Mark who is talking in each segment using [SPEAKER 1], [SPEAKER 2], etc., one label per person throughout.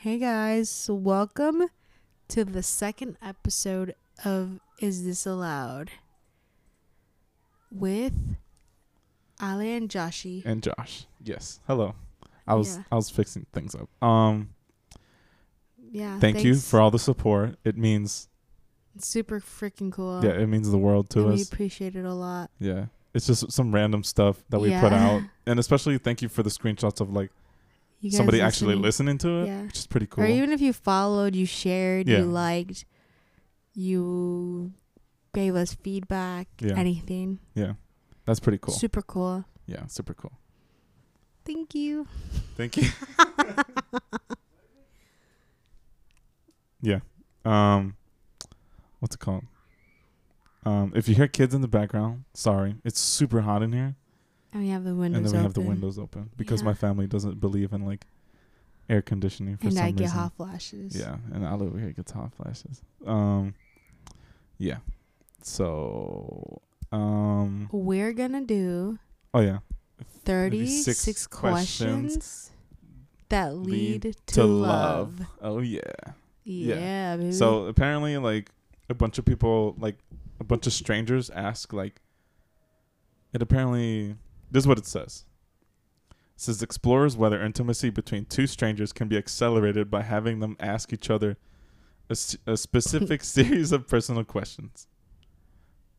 [SPEAKER 1] Hey guys, welcome to the second episode of Is This Allowed with Ali and Joshi.
[SPEAKER 2] and Josh. Yes. Hello. I was
[SPEAKER 1] Yeah.
[SPEAKER 2] I was fixing things up. Um
[SPEAKER 1] Yeah,
[SPEAKER 2] thank you
[SPEAKER 1] Uh, thanks.
[SPEAKER 2] for all the support. It means
[SPEAKER 1] It's super freaking cool.
[SPEAKER 2] yeah, it means the world to
[SPEAKER 1] and we
[SPEAKER 2] us.
[SPEAKER 1] appreciate it a lot.
[SPEAKER 2] yeah. It's just some random stuff that we put
[SPEAKER 1] Yeah.
[SPEAKER 2] out. And especially thank you for the screenshots of like
[SPEAKER 1] You guys
[SPEAKER 2] somebody actually
[SPEAKER 1] listening.
[SPEAKER 2] listening to it,
[SPEAKER 1] Yeah.
[SPEAKER 2] which is pretty cool.
[SPEAKER 1] Or even if you followed, you shared,
[SPEAKER 2] Yeah.
[SPEAKER 1] you liked, you gave us feedback,
[SPEAKER 2] Yeah.
[SPEAKER 1] anything.
[SPEAKER 2] yeah. That's pretty cool.
[SPEAKER 1] Super cool.
[SPEAKER 2] yeah, super cool.
[SPEAKER 1] Thank you.
[SPEAKER 2] Thank you. yeah. Um what's it called? Um if you hear kids in the background, sorry. It's super hot in here.
[SPEAKER 1] And we have the windows
[SPEAKER 2] and then we
[SPEAKER 1] open.
[SPEAKER 2] have the windows open because
[SPEAKER 1] Yeah.
[SPEAKER 2] my family doesn't believe in like air conditioning for
[SPEAKER 1] And
[SPEAKER 2] some
[SPEAKER 1] I get
[SPEAKER 2] reason.
[SPEAKER 1] hot flashes.
[SPEAKER 2] Yeah, and I over here gets hot flashes. Um, yeah. So, um,
[SPEAKER 1] We're gonna do
[SPEAKER 2] oh yeah,
[SPEAKER 1] 36
[SPEAKER 2] six
[SPEAKER 1] questions,
[SPEAKER 2] questions
[SPEAKER 1] that
[SPEAKER 2] lead
[SPEAKER 1] lead, to, love.
[SPEAKER 2] oh yeah.
[SPEAKER 1] Yeah, baby.
[SPEAKER 2] So apparently, like a bunch of people, like a bunch of strangers, ask like. It apparently this is what it says. It says explores whether intimacy between two strangers can be accelerated by having them ask each other a, s- a specific series of personal questions.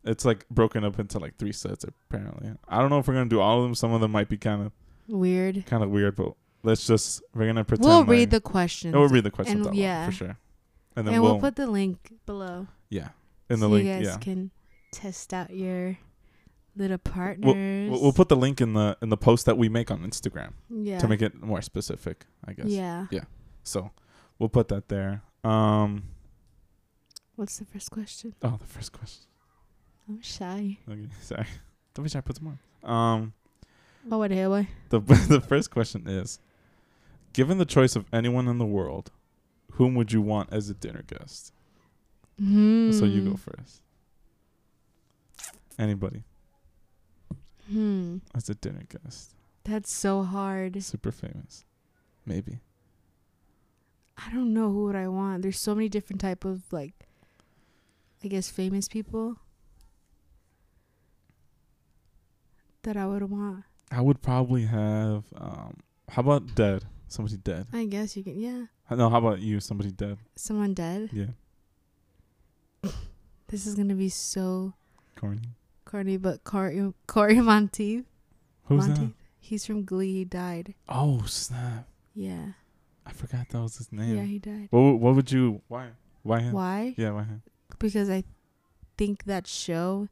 [SPEAKER 2] It's like broken up into like three sets apparently. I don't know if we're gonna do all of them. Some of them might be kind of
[SPEAKER 1] weird.
[SPEAKER 2] kind of weird, but let's just we're gonna pretend
[SPEAKER 1] We'll
[SPEAKER 2] like-
[SPEAKER 1] read the questions.
[SPEAKER 2] Yeah, we'll read the questions
[SPEAKER 1] and-
[SPEAKER 2] out loud,
[SPEAKER 1] yeah.
[SPEAKER 2] for sure, and
[SPEAKER 1] and
[SPEAKER 2] then
[SPEAKER 1] we'll,
[SPEAKER 2] we'll
[SPEAKER 1] put the link below.
[SPEAKER 2] yeah. In the
[SPEAKER 1] so
[SPEAKER 2] link,
[SPEAKER 1] you guys
[SPEAKER 2] yeah.
[SPEAKER 1] can test out your little partners.
[SPEAKER 2] We'll, we'll put the link in the in the post that we make on Instagram
[SPEAKER 1] yeah.
[SPEAKER 2] to make it more specific, I guess.
[SPEAKER 1] Yeah.
[SPEAKER 2] So, we'll put that there. Um.
[SPEAKER 1] What's the first question?
[SPEAKER 2] Oh, the first question.
[SPEAKER 1] I'm shy.
[SPEAKER 2] Okay, sorry. Don't be shy. Put some more. Um.
[SPEAKER 1] Oh, what hell? boy?
[SPEAKER 2] The the first question is, given the choice of anyone in the world, whom would you want as a dinner guest? So you go
[SPEAKER 1] Hmm.
[SPEAKER 2] first. Anybody
[SPEAKER 1] Hmm.
[SPEAKER 2] as a dinner guest,
[SPEAKER 1] That's so hard.
[SPEAKER 2] super famous, maybe.
[SPEAKER 1] I don't know who would I want. There's so many different type of like, I guess famous people that I would want.
[SPEAKER 2] I would probably have. Um, how about dead? Somebody dead. Uh,
[SPEAKER 1] I guess you can, yeah,
[SPEAKER 2] No, how about you? Somebody dead.
[SPEAKER 1] someone dead.
[SPEAKER 2] Yeah,
[SPEAKER 1] This is gonna be so
[SPEAKER 2] corny.
[SPEAKER 1] corny, but Corey, Corey Monteith.
[SPEAKER 2] Who's that?
[SPEAKER 1] Monteith. He's from Glee. He died.
[SPEAKER 2] Oh snap!
[SPEAKER 1] Yeah.
[SPEAKER 2] I forgot that was his name.
[SPEAKER 1] Yeah, he died.
[SPEAKER 2] What would- What would you? Why? Why him?
[SPEAKER 1] Why?
[SPEAKER 2] Yeah, why him?
[SPEAKER 1] Because I think that show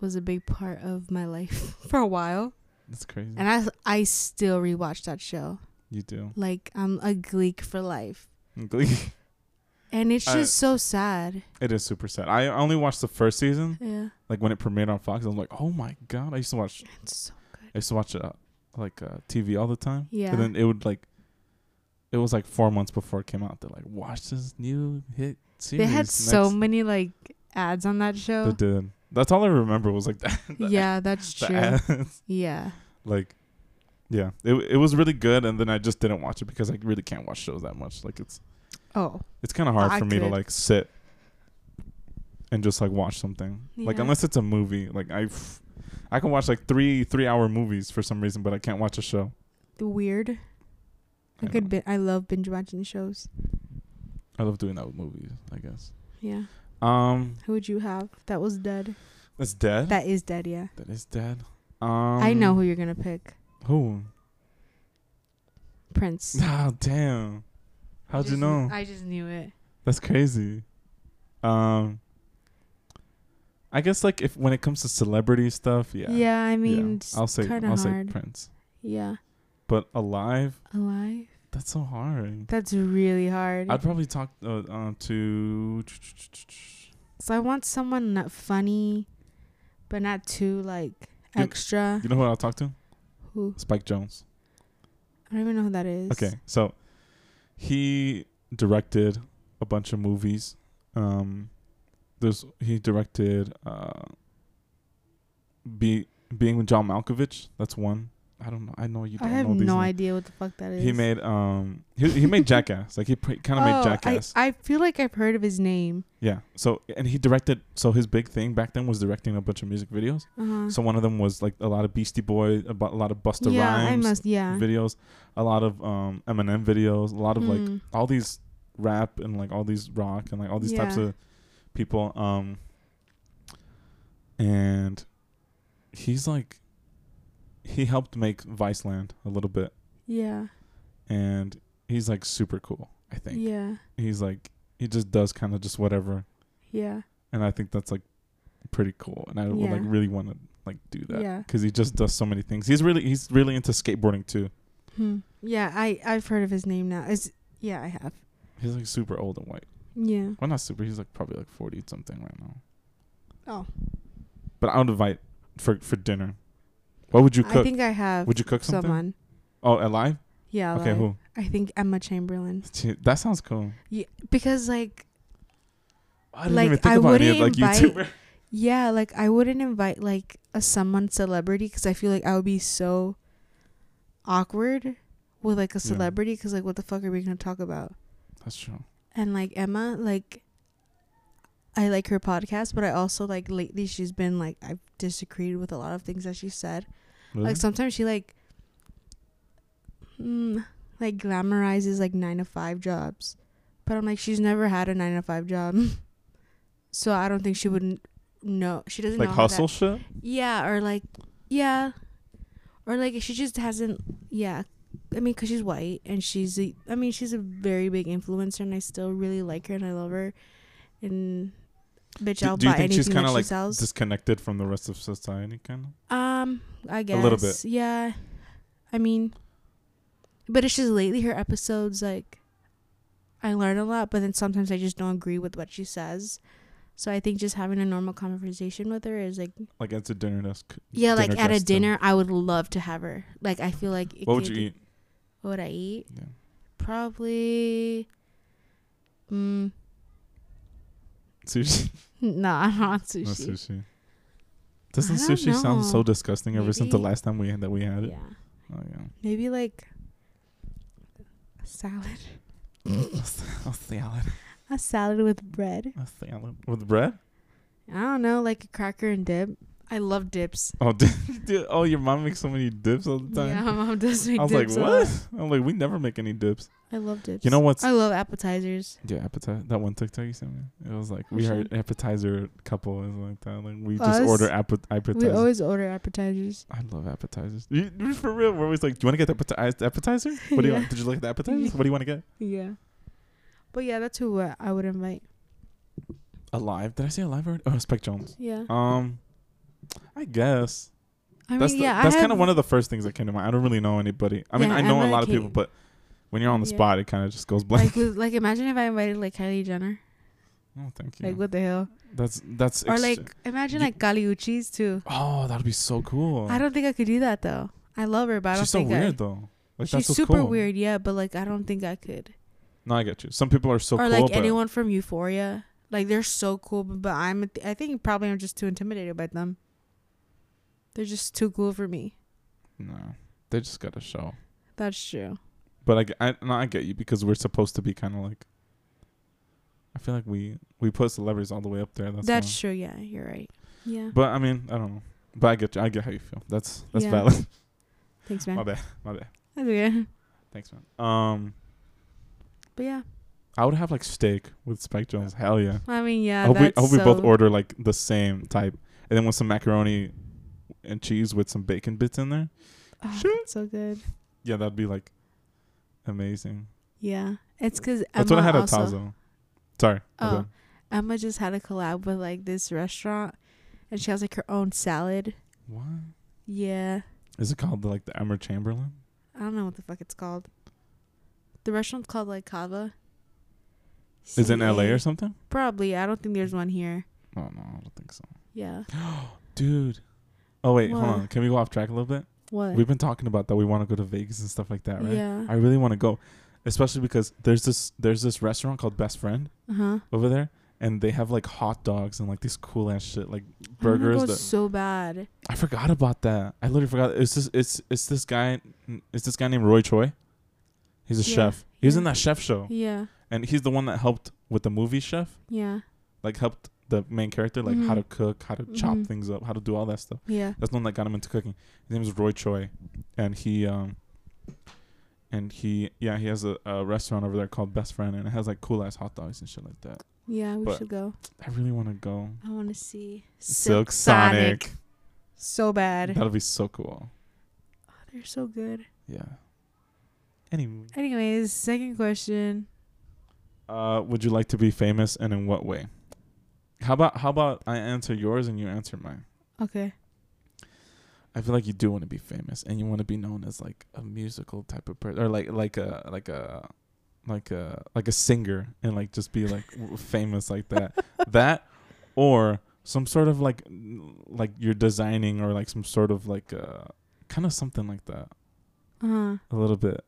[SPEAKER 1] was a big part of my life for a while,
[SPEAKER 2] That's crazy.
[SPEAKER 1] and I I still rewatch that show.
[SPEAKER 2] you do.
[SPEAKER 1] like I'm a gleek for life.
[SPEAKER 2] Glee.
[SPEAKER 1] And it's
[SPEAKER 2] I-
[SPEAKER 1] just so sad.
[SPEAKER 2] it is super sad. I only watched the first season,
[SPEAKER 1] Yeah.
[SPEAKER 2] like when it premiered on Fox. I was like, oh my god! I used to watch.
[SPEAKER 1] It's so good.
[SPEAKER 2] I used to watch uh, like uh, TV all the time.
[SPEAKER 1] Yeah.
[SPEAKER 2] And then it would like. It was like four months before it came out. They're like, watch this new hit
[SPEAKER 1] they
[SPEAKER 2] series.
[SPEAKER 1] had so
[SPEAKER 2] next
[SPEAKER 1] many like ads on that show.
[SPEAKER 2] They did. That's all I remember was like that. the
[SPEAKER 1] yeah, that's
[SPEAKER 2] the
[SPEAKER 1] true.
[SPEAKER 2] ads.
[SPEAKER 1] Yeah.
[SPEAKER 2] like, yeah, it it was really good, and then I just didn't watch it because I really can't watch shows that much. Like it's
[SPEAKER 1] Oh.
[SPEAKER 2] it's kind of hard
[SPEAKER 1] I
[SPEAKER 2] for me to
[SPEAKER 1] could.
[SPEAKER 2] like sit and just like watch something. Like
[SPEAKER 1] Yeah.
[SPEAKER 2] unless it's a movie, like I f- I can watch like three three hour movies for some reason, but I can't watch a show.
[SPEAKER 1] The weird. I,
[SPEAKER 2] I
[SPEAKER 1] could bin-
[SPEAKER 2] don't-
[SPEAKER 1] I love binge watching shows.
[SPEAKER 2] I love doing that with movies, I guess.
[SPEAKER 1] Yeah.
[SPEAKER 2] Um,
[SPEAKER 1] Who would you have? That was dead.
[SPEAKER 2] that's dead.
[SPEAKER 1] That is dead, yeah.
[SPEAKER 2] that is dead. Um,
[SPEAKER 1] I know who you're gonna pick.
[SPEAKER 2] who.
[SPEAKER 1] Prince.
[SPEAKER 2] Oh damn! How'd you
[SPEAKER 1] Just-
[SPEAKER 2] know?
[SPEAKER 1] I just knew it.
[SPEAKER 2] That's crazy. Um, I guess like if when it comes to celebrity stuff, yeah,
[SPEAKER 1] Yeah, I mean it's
[SPEAKER 2] I'll say
[SPEAKER 1] kinda
[SPEAKER 2] I'll
[SPEAKER 1] hard.
[SPEAKER 2] say Prince,
[SPEAKER 1] yeah.
[SPEAKER 2] but alive,
[SPEAKER 1] Alive.
[SPEAKER 2] that's so hard.
[SPEAKER 1] That's really hard.
[SPEAKER 2] I'd probably talk uh, uh, to
[SPEAKER 1] So I want someone not funny, but not too like
[SPEAKER 2] You-
[SPEAKER 1] extra.
[SPEAKER 2] you know who I'll talk to
[SPEAKER 1] Who
[SPEAKER 2] Spike Jones.
[SPEAKER 1] I don't even know who that is.
[SPEAKER 2] Okay, so he directed a bunch of movies. Um, there's he directed uh, be being with John Malkovich. That's one. I don't know. I know you
[SPEAKER 1] I
[SPEAKER 2] don't
[SPEAKER 1] have
[SPEAKER 2] know these.
[SPEAKER 1] no
[SPEAKER 2] names.
[SPEAKER 1] idea what the fuck that is.
[SPEAKER 2] He made um he he made Jackass. Like he kind of made
[SPEAKER 1] Oh, I-
[SPEAKER 2] Jackass.
[SPEAKER 1] I, feel like I've heard of his name.
[SPEAKER 2] yeah. So and he directed so his big thing back then was directing a bunch of music videos.
[SPEAKER 1] Uh-huh.
[SPEAKER 2] So one of them was like a lot of Beastie Boy, a, bu- a lot of Busta
[SPEAKER 1] yeah, I
[SPEAKER 2] Rhymes
[SPEAKER 1] must. Yeah.
[SPEAKER 2] videos, a lot of um Eminem videos, a lot of like
[SPEAKER 1] Mm.
[SPEAKER 2] all these rap and like all these rock and like all these types
[SPEAKER 1] Yeah.
[SPEAKER 2] of people um and he's like he helped make Viceland a little bit
[SPEAKER 1] yeah,
[SPEAKER 2] and he's like super cool, I think.
[SPEAKER 1] yeah,
[SPEAKER 2] He's like he just does kind of just whatever
[SPEAKER 1] yeah,
[SPEAKER 2] and I think that's like pretty cool and I would
[SPEAKER 1] Yeah.
[SPEAKER 2] like really want to like do that
[SPEAKER 1] Yeah.
[SPEAKER 2] cuz he just does so many things. He's really he's really into skateboarding too.
[SPEAKER 1] hmm. yeah. I I've heard of his name now. Is yeah, I have.
[SPEAKER 2] He's like super old and white.
[SPEAKER 1] Yeah.
[SPEAKER 2] Well, not super. He's like probably like 40 something right now.
[SPEAKER 1] Oh,
[SPEAKER 2] But I would invite for for dinner. What would you
[SPEAKER 1] I
[SPEAKER 2] cook?
[SPEAKER 1] think I have.
[SPEAKER 2] would you cook something?
[SPEAKER 1] someone?
[SPEAKER 2] Oh, alive?
[SPEAKER 1] Yeah.
[SPEAKER 2] Okay,
[SPEAKER 1] like,
[SPEAKER 2] who?
[SPEAKER 1] I think Emma Chamberlain.
[SPEAKER 2] Gee, That sounds cool.
[SPEAKER 1] Yeah, because like
[SPEAKER 2] I didn't
[SPEAKER 1] Like,
[SPEAKER 2] even think
[SPEAKER 1] I
[SPEAKER 2] about any of like
[SPEAKER 1] wouldn't
[SPEAKER 2] YouTuber.
[SPEAKER 1] yeah, like I wouldn't invite like a someone celebrity because I feel like I would be so awkward with like a
[SPEAKER 2] Yeah.
[SPEAKER 1] celebrity because like what the fuck are we gonna talk about?
[SPEAKER 2] That's true.
[SPEAKER 1] and like Emma, like I like her podcast, but I also like lately she's been like I've disagreed with a lot of things that she said.
[SPEAKER 2] Really?
[SPEAKER 1] Like sometimes she like mm, like glamorizes like nine to five jobs, but I'm like she's never had a nine to five job, so I don't think she wouldn't know. She doesn't
[SPEAKER 2] like
[SPEAKER 1] know how that-
[SPEAKER 2] hustle shit?
[SPEAKER 1] yeah, or like yeah, or like she just hasn't yeah. I mean, cause she's white and she's a, I mean she's a very big influencer and I still really like her and I love her, and bitch,
[SPEAKER 2] Do,
[SPEAKER 1] I'll
[SPEAKER 2] do you
[SPEAKER 1] buy
[SPEAKER 2] think
[SPEAKER 1] anything
[SPEAKER 2] she's
[SPEAKER 1] that
[SPEAKER 2] kind of
[SPEAKER 1] she
[SPEAKER 2] like
[SPEAKER 1] sells.
[SPEAKER 2] disconnected from the rest of society kind of?
[SPEAKER 1] um, I guess
[SPEAKER 2] little
[SPEAKER 1] bit. Yeah, I mean, but it's just lately her episodes like I learn a lot, but then sometimes I just don't agree with what she says. So I think just having a normal conversation with her is like
[SPEAKER 2] Like at a dinner desk.
[SPEAKER 1] yeah, like
[SPEAKER 2] dinner
[SPEAKER 1] at a
[SPEAKER 2] guest thing.
[SPEAKER 1] dinner, I would love to have her. Like I feel like it
[SPEAKER 2] What would you
[SPEAKER 1] could-
[SPEAKER 2] eat?
[SPEAKER 1] What would I eat?
[SPEAKER 2] Yeah.
[SPEAKER 1] Probably. Mm,
[SPEAKER 2] Sushi.
[SPEAKER 1] no, I don't want
[SPEAKER 2] Not
[SPEAKER 1] sushi.
[SPEAKER 2] sushi. Doesn't
[SPEAKER 1] I don't
[SPEAKER 2] sushi sound so
[SPEAKER 1] know.
[SPEAKER 2] disgusting ever since the
[SPEAKER 1] Maybe-
[SPEAKER 2] last time we had that we had it?
[SPEAKER 1] Yeah,
[SPEAKER 2] Oh yeah.
[SPEAKER 1] maybe like a salad.
[SPEAKER 2] a salad.
[SPEAKER 1] A salad with bread.
[SPEAKER 2] A salad with bread.
[SPEAKER 1] I don't know, like a cracker and dip. I love dips.
[SPEAKER 2] Oh, dude, oh, your mom makes so many dips all the
[SPEAKER 1] Yeah,
[SPEAKER 2] time.
[SPEAKER 1] my mom does make
[SPEAKER 2] I was like,
[SPEAKER 1] dips. a lot.
[SPEAKER 2] what? I'm like, we never make any dips.
[SPEAKER 1] I love dips.
[SPEAKER 2] You know what's
[SPEAKER 1] I love appetizers.
[SPEAKER 2] yeah appetizer? That one TikTok you sent me, it was like
[SPEAKER 1] Which
[SPEAKER 2] we are
[SPEAKER 1] one?
[SPEAKER 2] appetizer couple is like that. Like we just
[SPEAKER 1] Us?
[SPEAKER 2] order appet- appetizer.
[SPEAKER 1] We always order appetizers.
[SPEAKER 2] I love appetizers. You, you- for real, we're always like, do you want to get the appeti- appetizer? What do you
[SPEAKER 1] Yeah.
[SPEAKER 2] want? Did you like the appetizers? What do you want to get?
[SPEAKER 1] Yeah. But yeah, that's who uh, I would invite.
[SPEAKER 2] Alive? Did I say alive already? Oh, Spike Jones.
[SPEAKER 1] Yeah.
[SPEAKER 2] Um, I guess
[SPEAKER 1] I mean,
[SPEAKER 2] that's the,
[SPEAKER 1] yeah,
[SPEAKER 2] that's
[SPEAKER 1] I
[SPEAKER 2] kind of
[SPEAKER 1] have-
[SPEAKER 2] one of the first things that came to mind. I don't really know anybody. I mean,
[SPEAKER 1] Yeah,
[SPEAKER 2] I know
[SPEAKER 1] Emma
[SPEAKER 2] a lot of people,
[SPEAKER 1] Kate-
[SPEAKER 2] but when you're on the
[SPEAKER 1] Yeah.
[SPEAKER 2] spot, it kind of just goes blank.
[SPEAKER 1] like with, like imagine if I invited like Kylie Jenner.
[SPEAKER 2] oh, thank you.
[SPEAKER 1] Like what the hell?
[SPEAKER 2] that's that's
[SPEAKER 1] Or
[SPEAKER 2] ex-
[SPEAKER 1] like imagine
[SPEAKER 2] you-
[SPEAKER 1] like Kali Uchis too.
[SPEAKER 2] Oh, that'd be so cool.
[SPEAKER 1] I don't think I could do that though. I love her, but I don't
[SPEAKER 2] She's so
[SPEAKER 1] think
[SPEAKER 2] weird
[SPEAKER 1] I,
[SPEAKER 2] though. Like
[SPEAKER 1] she's
[SPEAKER 2] that's what's
[SPEAKER 1] super
[SPEAKER 2] cool.
[SPEAKER 1] weird, yeah, but like I don't think I could.
[SPEAKER 2] No, I get you. Some people are so
[SPEAKER 1] or
[SPEAKER 2] cool,
[SPEAKER 1] like
[SPEAKER 2] but
[SPEAKER 1] anyone from Euphoria. Like they're so cool, but, but I'm I think probably I'm just too intimidated by them. They're just too cool for me.
[SPEAKER 2] no, they just got a show.
[SPEAKER 1] That's true.
[SPEAKER 2] But I, g- I- no, I get you because we're supposed to be kind of like. I feel like we we put celebrities all the way up there. That's,
[SPEAKER 1] That's,
[SPEAKER 2] why.
[SPEAKER 1] true. Yeah, you're right. Yeah.
[SPEAKER 2] But I mean, I don't know. But I get you. I get how you feel. That's that's
[SPEAKER 1] Yeah.
[SPEAKER 2] valid.
[SPEAKER 1] Thanks,
[SPEAKER 2] my
[SPEAKER 1] man.
[SPEAKER 2] bad. My bad.
[SPEAKER 1] That's okay.
[SPEAKER 2] Thanks, man. Um,
[SPEAKER 1] But yeah,
[SPEAKER 2] I would have like steak with Spike Jones. Hell yeah.
[SPEAKER 1] I mean, yeah.
[SPEAKER 2] I hope, we, I
[SPEAKER 1] that's
[SPEAKER 2] hope we both
[SPEAKER 1] so-
[SPEAKER 2] order like the same type, and then with some macaroni and cheese with some bacon bits in there.
[SPEAKER 1] Oh,
[SPEAKER 2] Sure.
[SPEAKER 1] that's so good.
[SPEAKER 2] Yeah, that'd be like amazing.
[SPEAKER 1] Yeah, it's because
[SPEAKER 2] That's what I had at Tazo. Sorry. my
[SPEAKER 1] Oh.
[SPEAKER 2] bad.
[SPEAKER 1] Emma just had a collab with like this restaurant, and she has like her own salad.
[SPEAKER 2] What
[SPEAKER 1] Yeah,
[SPEAKER 2] is it called? The, like the Emmer Chamberlain?
[SPEAKER 1] I don't know what the fuck it's called. The restaurant's called like Kava.
[SPEAKER 2] Is it in LA
[SPEAKER 1] C
[SPEAKER 2] or
[SPEAKER 1] A-
[SPEAKER 2] something?
[SPEAKER 1] Probably. I don't think there's one here.
[SPEAKER 2] Oh no, I don't think so,
[SPEAKER 1] Yeah.
[SPEAKER 2] dude. Oh wait,
[SPEAKER 1] What?
[SPEAKER 2] hold on. Can we go off track a little bit?
[SPEAKER 1] What?
[SPEAKER 2] We've been talking about that. We want to go to Vegas and stuff like that, right?
[SPEAKER 1] Yeah.
[SPEAKER 2] I really want to go, especially because there's this there's this restaurant called Best Friend
[SPEAKER 1] Uh huh.
[SPEAKER 2] over there, and they have like hot dogs and like these cool ass shit like
[SPEAKER 1] I wanna
[SPEAKER 2] burgers.
[SPEAKER 1] go
[SPEAKER 2] That,
[SPEAKER 1] so bad.
[SPEAKER 2] I forgot about that. I literally forgot. It's this. It's it's this guy. It's this guy named Roy Choi. He's a
[SPEAKER 1] Yeah,
[SPEAKER 2] chef. He was
[SPEAKER 1] yeah.
[SPEAKER 2] in that chef show,
[SPEAKER 1] Yeah,
[SPEAKER 2] and he's the one that helped with the movie Chef.
[SPEAKER 1] yeah,
[SPEAKER 2] Like helped the main character like how
[SPEAKER 1] Mhm.
[SPEAKER 2] to cook, how to chop
[SPEAKER 1] Mhm.
[SPEAKER 2] things up, how to do all that stuff.
[SPEAKER 1] yeah.
[SPEAKER 2] That's the one that got him into cooking. His name is Roy Choi, and he um, and he yeah he has a, a restaurant over there called Best Friend, and it has like cool ass hot dogs and shit like that.
[SPEAKER 1] Yeah, we
[SPEAKER 2] But-
[SPEAKER 1] should go.
[SPEAKER 2] I really want to go.
[SPEAKER 1] I want to see
[SPEAKER 2] Silk Sonic.
[SPEAKER 1] So bad.
[SPEAKER 2] That'll be so cool.
[SPEAKER 1] They're so good.
[SPEAKER 2] Yeah. Anyway,
[SPEAKER 1] Anyways, second question.
[SPEAKER 2] uh, would you like to be famous, and in what way? How about how about I answer yours and you answer mine?
[SPEAKER 1] Okay.
[SPEAKER 2] I feel like you do want to be famous, and you want to be known as like a musical type of person, or like like a like a like a like a singer, and like just be like w- famous like that. that, or some sort of like n- like you're designing, or like some sort of like uh kind of something like that,
[SPEAKER 1] Uh huh.
[SPEAKER 2] a little bit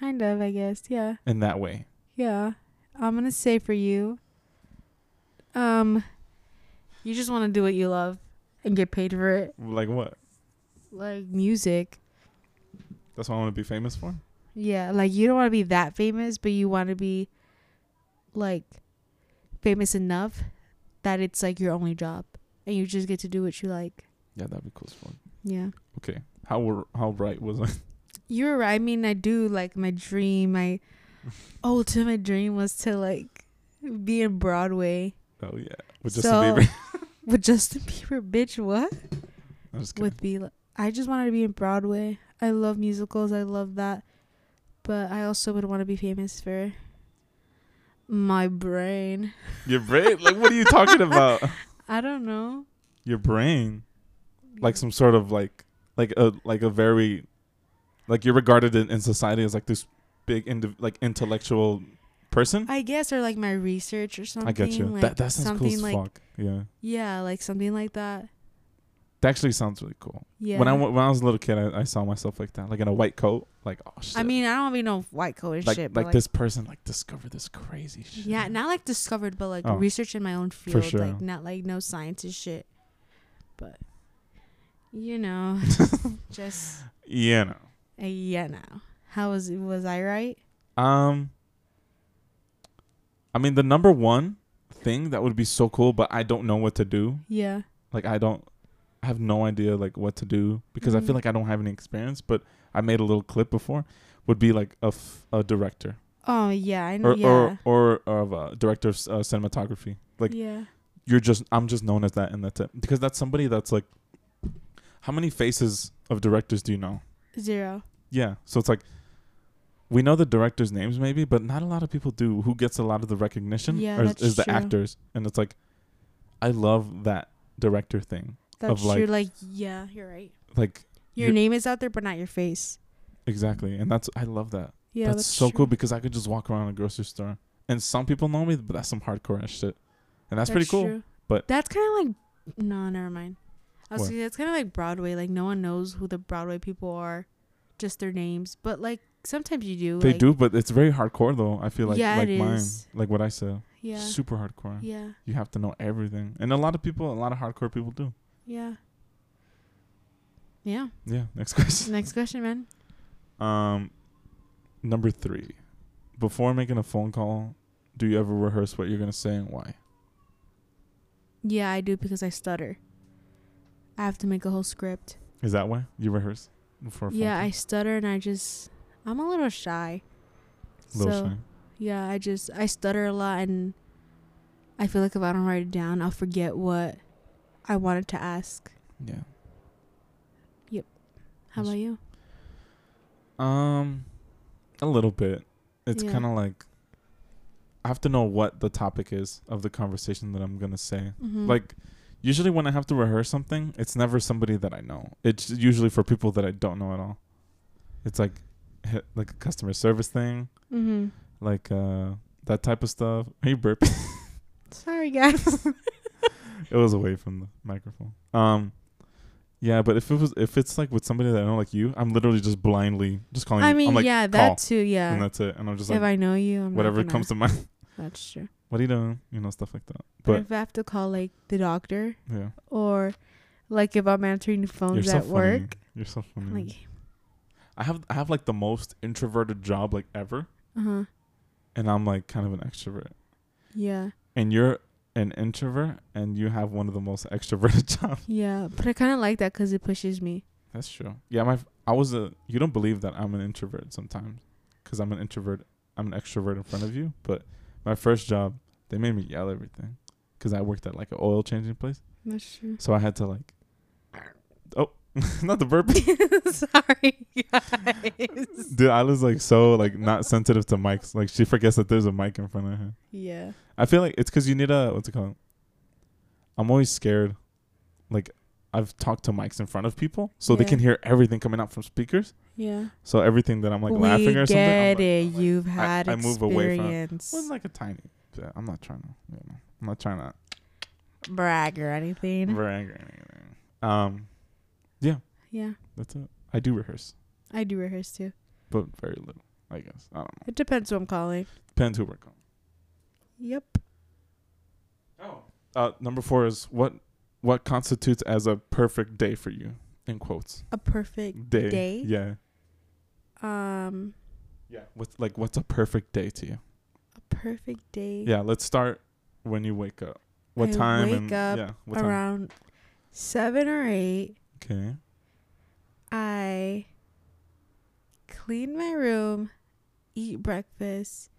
[SPEAKER 1] Kind of, I guess. Yeah.
[SPEAKER 2] in that way.
[SPEAKER 1] Yeah. I'm going to say for you um you just want to do what you love and get paid for it,
[SPEAKER 2] Like what?
[SPEAKER 1] like music.
[SPEAKER 2] That's what I want to be famous for.
[SPEAKER 1] Yeah, like you don't want to be that famous, but you want to be like famous enough that it's like your only job and you just get to do what you like.
[SPEAKER 2] Yeah, that'd be cool as fuck.
[SPEAKER 1] Yeah.
[SPEAKER 2] Okay, how were, how right was I?
[SPEAKER 1] You're right. I mean, I do like my dream. My ultimate dream was to like be in Broadway
[SPEAKER 2] Oh yeah, with Justin
[SPEAKER 1] So-
[SPEAKER 2] Bieber.
[SPEAKER 1] with Justin Bieber. Bitch, what?
[SPEAKER 2] I'm just kidding.
[SPEAKER 1] With be li- I just wanted to be in Broadway. I love musicals. I love that. But I also would want to be famous for my brain.
[SPEAKER 2] Your brain? Like, what are you talking about?
[SPEAKER 1] I don't know.
[SPEAKER 2] Your brain, like some sort of like like a like a very like you're regarded in, in society as like this big indiv- like intellectual person.
[SPEAKER 1] I guess or like my research or something.
[SPEAKER 2] I get you.
[SPEAKER 1] Like,
[SPEAKER 2] that that sounds cool
[SPEAKER 1] something
[SPEAKER 2] as
[SPEAKER 1] like
[SPEAKER 2] fuck. Yeah,
[SPEAKER 1] yeah, like something like that.
[SPEAKER 2] that actually sounds really cool.
[SPEAKER 1] Yeah.
[SPEAKER 2] When I wa- when I was a little kid, I, I saw myself like that, like in a white coat. Like oh shit.
[SPEAKER 1] I mean, I don't want to be no white coat and
[SPEAKER 2] like
[SPEAKER 1] shit. but,
[SPEAKER 2] like, this person like discovered this crazy shit.
[SPEAKER 1] Yeah, not like discovered, but like
[SPEAKER 2] Oh.
[SPEAKER 1] research in my own field.
[SPEAKER 2] sure.
[SPEAKER 1] Like not like no scientist shit. But you know, just
[SPEAKER 2] yeah. No.
[SPEAKER 1] a yeah now. How was was I right?
[SPEAKER 2] Um, I mean, the number one thing that would be so cool, but I don't know what to do.
[SPEAKER 1] Yeah.
[SPEAKER 2] Like, I don't, I have no idea like what to do because I
[SPEAKER 1] Mhm.
[SPEAKER 2] feel like I don't have any experience. But I made a little clip before. Would be like a, f- a director
[SPEAKER 1] Oh yeah, I know.
[SPEAKER 2] or,
[SPEAKER 1] yeah.
[SPEAKER 2] or or of a director of s- uh, cinematography. like-
[SPEAKER 1] yeah.
[SPEAKER 2] You're just I'm just known as that, and that's it. Because that's somebody that's like, how many faces of directors do you know?
[SPEAKER 1] Zero.
[SPEAKER 2] Yeah. So it's like we know the directors' names maybe, but not a lot of people do. Who gets a lot of the recognition
[SPEAKER 1] Yeah,
[SPEAKER 2] are- is,
[SPEAKER 1] that's
[SPEAKER 2] the
[SPEAKER 1] true.
[SPEAKER 2] actors. And it's like I love that director thing.
[SPEAKER 1] That's
[SPEAKER 2] like-
[SPEAKER 1] true. Like yeah, you're right.
[SPEAKER 2] Like
[SPEAKER 1] Your
[SPEAKER 2] You're-
[SPEAKER 1] name is out there, but not your face.
[SPEAKER 2] exactly. And that's I love that.
[SPEAKER 1] Yeah,
[SPEAKER 2] that's,
[SPEAKER 1] that's,
[SPEAKER 2] so
[SPEAKER 1] true.
[SPEAKER 2] cool because I could just walk around a grocery store and some people know me, but that's some hardcore ass shit. And that's, pretty cool.
[SPEAKER 1] true.
[SPEAKER 2] but-
[SPEAKER 1] that's kind of like no, never mind. I was
[SPEAKER 2] What?
[SPEAKER 1] thinking that's kind of like Broadway. Like no one knows who the Broadway people are, just their names. But like sometimes you do.
[SPEAKER 2] They
[SPEAKER 1] like,
[SPEAKER 2] do, but it's very hardcore though. I feel like
[SPEAKER 1] Yeah,
[SPEAKER 2] like
[SPEAKER 1] it
[SPEAKER 2] mine,
[SPEAKER 1] is.
[SPEAKER 2] like what I said,
[SPEAKER 1] Yeah.
[SPEAKER 2] super hardcore.
[SPEAKER 1] Yeah.
[SPEAKER 2] You have to know everything, and a lot of people, a lot of hardcore people do.
[SPEAKER 1] Yeah. Yeah.
[SPEAKER 2] Yeah. Next question.
[SPEAKER 1] Next question, man.
[SPEAKER 2] Um, number three, before making a phone call, do you ever rehearse what you're gonna say and why?
[SPEAKER 1] Yeah, I do because I stutter. I have to make a whole script.
[SPEAKER 2] Is that why you rehearse before? A phone
[SPEAKER 1] Yeah,
[SPEAKER 2] call?
[SPEAKER 1] I stutter and I just I'm a little shy.
[SPEAKER 2] Little
[SPEAKER 1] so
[SPEAKER 2] shy.
[SPEAKER 1] yeah, I just I stutter a lot and I feel like if I don't write it down, I'll forget what I wanted to ask.
[SPEAKER 2] Yeah.
[SPEAKER 1] How
[SPEAKER 2] Yes.
[SPEAKER 1] about you?
[SPEAKER 2] Um, a little bit. It's
[SPEAKER 1] Yeah.
[SPEAKER 2] kind of like I have to know what the topic is of the conversation that I'm gonna say.
[SPEAKER 1] Mm-hmm.
[SPEAKER 2] Like, usually when I have to rehearse something, it's never somebody that I know. It's usually for people that I don't know at all. It's like like a customer service thing,
[SPEAKER 1] mm-hmm.
[SPEAKER 2] like uh that type of stuff. Are you burping?
[SPEAKER 1] Sorry guys.
[SPEAKER 2] it was away from the microphone. Um, yeah, but if it was if it's like with somebody that I know, like you, I'm literally just blindly just calling.
[SPEAKER 1] I
[SPEAKER 2] you.
[SPEAKER 1] mean,
[SPEAKER 2] I'm like,
[SPEAKER 1] yeah,
[SPEAKER 2] call,
[SPEAKER 1] that too. Yeah.
[SPEAKER 2] and that's it. And I'm just
[SPEAKER 1] if
[SPEAKER 2] like
[SPEAKER 1] I know you, I'm
[SPEAKER 2] whatever
[SPEAKER 1] not gonna,
[SPEAKER 2] comes to mind.
[SPEAKER 1] That's true.
[SPEAKER 2] What do you doing? You know, stuff like that.
[SPEAKER 1] But
[SPEAKER 2] But
[SPEAKER 1] if I have to call like the doctor
[SPEAKER 2] yeah,
[SPEAKER 1] or like if I'm answering
[SPEAKER 2] you're
[SPEAKER 1] phones
[SPEAKER 2] so
[SPEAKER 1] at
[SPEAKER 2] funny.
[SPEAKER 1] Oh, work,
[SPEAKER 2] You're so funny.
[SPEAKER 1] I'm like,
[SPEAKER 2] I have I have like the most introverted job like ever,
[SPEAKER 1] uh huh,
[SPEAKER 2] and I'm like kind of an extrovert.
[SPEAKER 1] yeah,
[SPEAKER 2] And you're an introvert, and you have one of the most extroverted jobs.
[SPEAKER 1] yeah. But I kind of like that because it pushes me.
[SPEAKER 2] That's true. Yeah, my f- I was a. You don't believe that I'm an introvert sometimes, because I'm an introvert. I'm an extrovert in front of you. But my first job, they made me yell everything, because I worked at like an oil changing place.
[SPEAKER 1] That's true.
[SPEAKER 2] So I had to like, oh, not the burp.
[SPEAKER 1] Sorry, guys.
[SPEAKER 2] Dude, I was like so like not sensitive to mics. Like she forgets that there's a mic in front of her.
[SPEAKER 1] Yeah.
[SPEAKER 2] I feel like it's because you need a what's it called? I'm always scared. Like I've talked to mics in front of people, so they
[SPEAKER 1] Yeah.
[SPEAKER 2] can hear everything coming out from speakers.
[SPEAKER 1] Yeah.
[SPEAKER 2] So everything that I'm like
[SPEAKER 1] we
[SPEAKER 2] laughing or
[SPEAKER 1] get
[SPEAKER 2] something, I'm like-
[SPEAKER 1] it.
[SPEAKER 2] I'm like,
[SPEAKER 1] You've
[SPEAKER 2] I-
[SPEAKER 1] had
[SPEAKER 2] I
[SPEAKER 1] experience.
[SPEAKER 2] move away from- wasn't like a tiny. yeah, I'm not trying to. You know, I'm not trying to.
[SPEAKER 1] brag or anything.
[SPEAKER 2] brag or anything. Um,
[SPEAKER 1] yeah,
[SPEAKER 2] that's it. I do rehearse,
[SPEAKER 1] I do rehearse too.
[SPEAKER 2] but very little. I guess I don't know.
[SPEAKER 1] It depends who I'm calling.
[SPEAKER 2] Depends who we're calling.
[SPEAKER 1] Yep.
[SPEAKER 2] Oh. Uh, number four is what what constitutes as a perfect day for you in quotes
[SPEAKER 1] A perfect
[SPEAKER 2] day.
[SPEAKER 1] Day?
[SPEAKER 2] Yeah.
[SPEAKER 1] um
[SPEAKER 2] Yeah. What's like what's a perfect day to you?
[SPEAKER 1] a perfect day
[SPEAKER 2] Yeah. Let's start when you wake up. What
[SPEAKER 1] I
[SPEAKER 2] time?
[SPEAKER 1] wake
[SPEAKER 2] and,
[SPEAKER 1] up
[SPEAKER 2] yeah. What time?
[SPEAKER 1] around seven or eight.
[SPEAKER 2] Okay.
[SPEAKER 1] I clean my room, eat breakfast,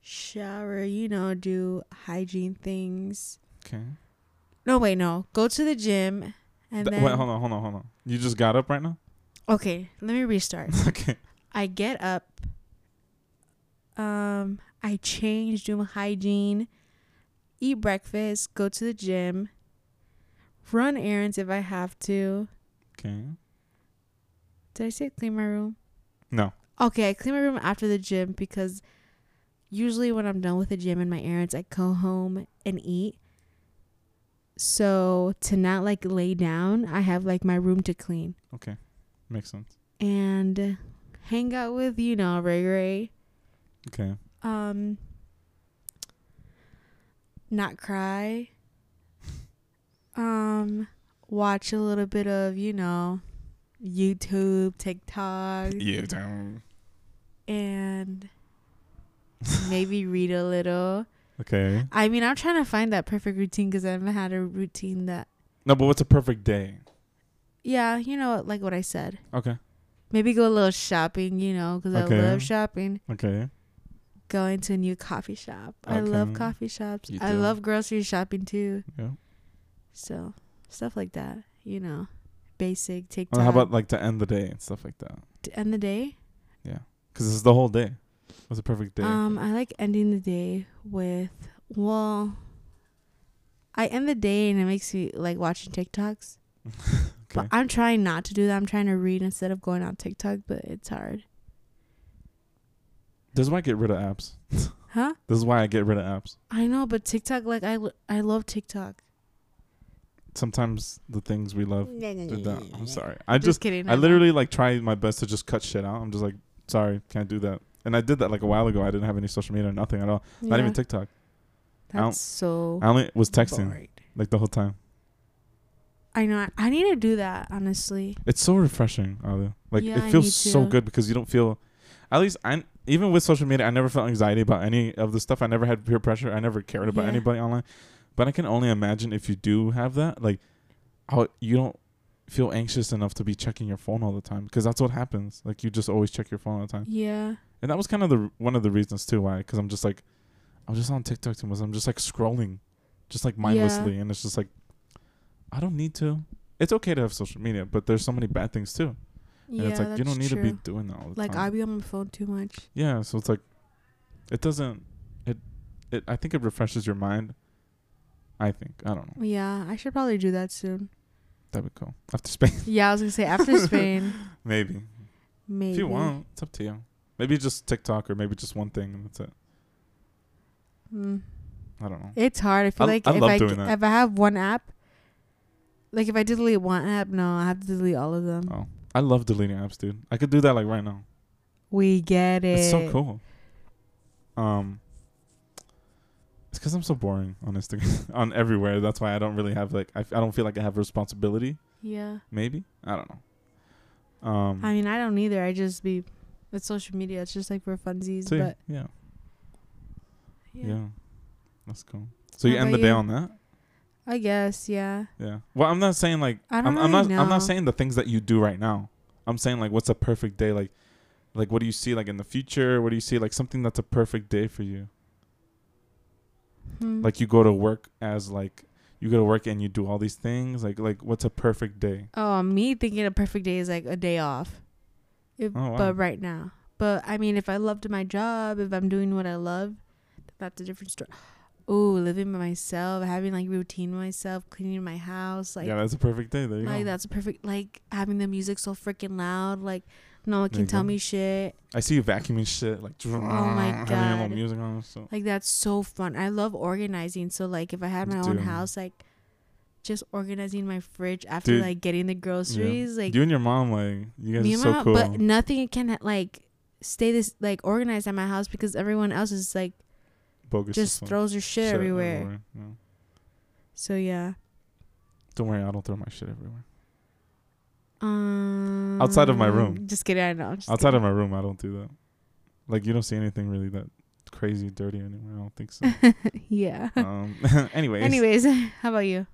[SPEAKER 1] shower, you know, do hygiene things.
[SPEAKER 2] Okay.
[SPEAKER 1] No, wait, no. Go to the gym and
[SPEAKER 2] Th-
[SPEAKER 1] then
[SPEAKER 2] wait. Hold on. Hold on. Hold on. You just got up right now.
[SPEAKER 1] Okay, let me restart.
[SPEAKER 2] okay.
[SPEAKER 1] I get up. Um, I change, do my hygiene, eat breakfast, go to the gym, run errands if I have to.
[SPEAKER 2] Okay.
[SPEAKER 1] Did I say clean my room?
[SPEAKER 2] No.
[SPEAKER 1] Okay, I clean my room after the gym because usually when I'm done with the gym and my errands, I go home and eat. So to not like lay down, I have like my room to clean
[SPEAKER 2] Makes sense.
[SPEAKER 1] and hang out with you know Ray Ray.
[SPEAKER 2] Okay.
[SPEAKER 1] um not cry um watch a little bit of you know youtube tiktok
[SPEAKER 2] You down.
[SPEAKER 1] and maybe read a little
[SPEAKER 2] Okay.
[SPEAKER 1] i mean i'm trying to find that perfect routine because i haven't had a routine that
[SPEAKER 2] No, but what's a perfect day?
[SPEAKER 1] yeah you know what, like what i said
[SPEAKER 2] Okay.
[SPEAKER 1] maybe go a little shopping you know because
[SPEAKER 2] Okay.
[SPEAKER 1] i love shopping
[SPEAKER 2] Okay.
[SPEAKER 1] going to a new coffee shop i love
[SPEAKER 2] Okay.
[SPEAKER 1] coffee shops
[SPEAKER 2] You
[SPEAKER 1] i
[SPEAKER 2] do.
[SPEAKER 1] love grocery shopping too
[SPEAKER 2] Yeah.
[SPEAKER 1] So stuff like that, you know, basic take
[SPEAKER 2] Well,
[SPEAKER 1] time.
[SPEAKER 2] how about like to end the day and stuff like that?
[SPEAKER 1] to end the day?
[SPEAKER 2] Because this is the whole day. What's a perfect day?
[SPEAKER 1] Um, I like ending the day with well. I end the day and it makes me like watching TikToks. But
[SPEAKER 2] Okay.
[SPEAKER 1] I'm trying not to do that. I'm trying to read instead of going on TikTok, but it's hard.
[SPEAKER 2] This is why I get rid of apps.
[SPEAKER 1] Huh?
[SPEAKER 2] This is why I get rid of apps.
[SPEAKER 1] I know, but TikTok, like I, lo- I love TikTok.
[SPEAKER 2] Sometimes the things we love. do that. I'm sorry. I
[SPEAKER 1] Just
[SPEAKER 2] just,
[SPEAKER 1] kidding.
[SPEAKER 2] I literally like try my best to just cut shit out. I'm just like, sorry, can't do that. And I did that like a while ago. I didn't have any social media or nothing at all. Not even TikTok. I don't-
[SPEAKER 1] That's so.
[SPEAKER 2] I only was texting
[SPEAKER 1] boring.
[SPEAKER 2] like the whole time.
[SPEAKER 1] I know. I need to do that honestly.
[SPEAKER 2] It's so refreshing, Alia. Like
[SPEAKER 1] Yeah, I
[SPEAKER 2] it feels
[SPEAKER 1] need
[SPEAKER 2] so
[SPEAKER 1] to.
[SPEAKER 2] good because you don't feel. At least I, even with social media, I never felt anxiety about any of the stuff. I never had peer pressure. I never cared about
[SPEAKER 1] Yeah.
[SPEAKER 2] anybody online. But I can only imagine if you do have that, like, how you don't feel anxious enough to be checking your phone all the time because that's what happens. Like you just always check your phone all the time,
[SPEAKER 1] Yeah.
[SPEAKER 2] and that was kind of the one of the reasons too why. Because I'm just like, I'm just on TikTok too much. I'm just like scrolling, just like mindlessly, and it's just like, I don't need to. It's okay to have social media, but there's so many bad things too. And
[SPEAKER 1] yeah.
[SPEAKER 2] it's like you
[SPEAKER 1] that's
[SPEAKER 2] don't need
[SPEAKER 1] true.
[SPEAKER 2] to be doing that all the
[SPEAKER 1] Like I
[SPEAKER 2] time.
[SPEAKER 1] be on my phone too much.
[SPEAKER 2] yeah, so it's like it doesn't it it I think it refreshes your mind. I think. I don't know.
[SPEAKER 1] Yeah, I should probably do that soon.
[SPEAKER 2] That'd be cool. After Spain.
[SPEAKER 1] Yeah, I was gonna say after Spain,
[SPEAKER 2] maybe.
[SPEAKER 1] maybe.
[SPEAKER 2] If you want, it's up to you. Maybe just TikTok or maybe just one thing and that's it.
[SPEAKER 1] Mm.
[SPEAKER 2] I don't know.
[SPEAKER 1] It's hard. I feel
[SPEAKER 2] I-
[SPEAKER 1] like
[SPEAKER 2] I
[SPEAKER 1] if
[SPEAKER 2] love
[SPEAKER 1] I
[SPEAKER 2] doing that.
[SPEAKER 1] if I have one app, like if I delete one app, no, I have to delete all of them.
[SPEAKER 2] Oh. I love deleting apps, dude. I could do that like right now.
[SPEAKER 1] Eh, We get it.
[SPEAKER 2] It's so cool. Um It's because I'm so boring on Instagram, on everywhere. That's why I don't really have like I, f- I don't feel like I have responsibility.
[SPEAKER 1] Yeah.
[SPEAKER 2] Maybe I don't know. Um,
[SPEAKER 1] I mean, I don't either. I just be with social media. It's just like for funsies,
[SPEAKER 2] so yeah,
[SPEAKER 1] but
[SPEAKER 2] yeah, yeah,
[SPEAKER 1] yeah,
[SPEAKER 2] That's cool. So
[SPEAKER 1] What
[SPEAKER 2] you end the
[SPEAKER 1] about
[SPEAKER 2] day
[SPEAKER 1] you?
[SPEAKER 2] on that.
[SPEAKER 1] I guess yeah.
[SPEAKER 2] Yeah. Well, I'm not saying like
[SPEAKER 1] I
[SPEAKER 2] I
[SPEAKER 1] don't
[SPEAKER 2] am I'm not
[SPEAKER 1] really
[SPEAKER 2] I'm
[SPEAKER 1] know.
[SPEAKER 2] not saying the things that you do right now. I'm saying like what's a perfect day like like what do you see like in the future? What do you see like something that's a perfect day for you?
[SPEAKER 1] Hmm.
[SPEAKER 2] Like you go to work as like you go to work and you do all these things like like what's a perfect day?
[SPEAKER 1] oh, me thinking a perfect day is like a day off, if,
[SPEAKER 2] Oh, wow.
[SPEAKER 1] but right now. But I mean, if I loved my job, if I'm doing what I love, that's a different story. Ooh, living by myself, having like routine with myself, cleaning my house, like
[SPEAKER 2] yeah, that's a perfect day. There you
[SPEAKER 1] like
[SPEAKER 2] go.
[SPEAKER 1] that's a perfect like having the music so freaking loud, like no one
[SPEAKER 2] There
[SPEAKER 1] can
[SPEAKER 2] you
[SPEAKER 1] tell
[SPEAKER 2] go.
[SPEAKER 1] me shit.
[SPEAKER 2] I see you vacuuming shit like oh
[SPEAKER 1] my
[SPEAKER 2] having your little
[SPEAKER 1] God.
[SPEAKER 2] music on so
[SPEAKER 1] Like that's so fun. I love organizing. So like if I had my own
[SPEAKER 2] Dude.
[SPEAKER 1] house, like just organizing my fridge after
[SPEAKER 2] Dude.
[SPEAKER 1] like getting the groceries, like
[SPEAKER 2] you and your mom like you guys
[SPEAKER 1] me
[SPEAKER 2] are
[SPEAKER 1] and
[SPEAKER 2] so
[SPEAKER 1] my mom,
[SPEAKER 2] cool.
[SPEAKER 1] but nothing can like stay this like organized at my house because everyone else is like
[SPEAKER 2] Bogus as
[SPEAKER 1] just
[SPEAKER 2] fuck.
[SPEAKER 1] throws their shit, everywhere.
[SPEAKER 2] Yeah.
[SPEAKER 1] So yeah.
[SPEAKER 2] Don't worry, I don't throw my shit everywhere.
[SPEAKER 1] Um,
[SPEAKER 2] Outside of my room.
[SPEAKER 1] Just kidding. I know. I'm just
[SPEAKER 2] Outside of my room, I don't do that. Like you don't see anything really that crazy dirty anywhere. I don't think so.
[SPEAKER 1] kidding. yeah.
[SPEAKER 2] um, anyways,
[SPEAKER 1] Anyways, how about you?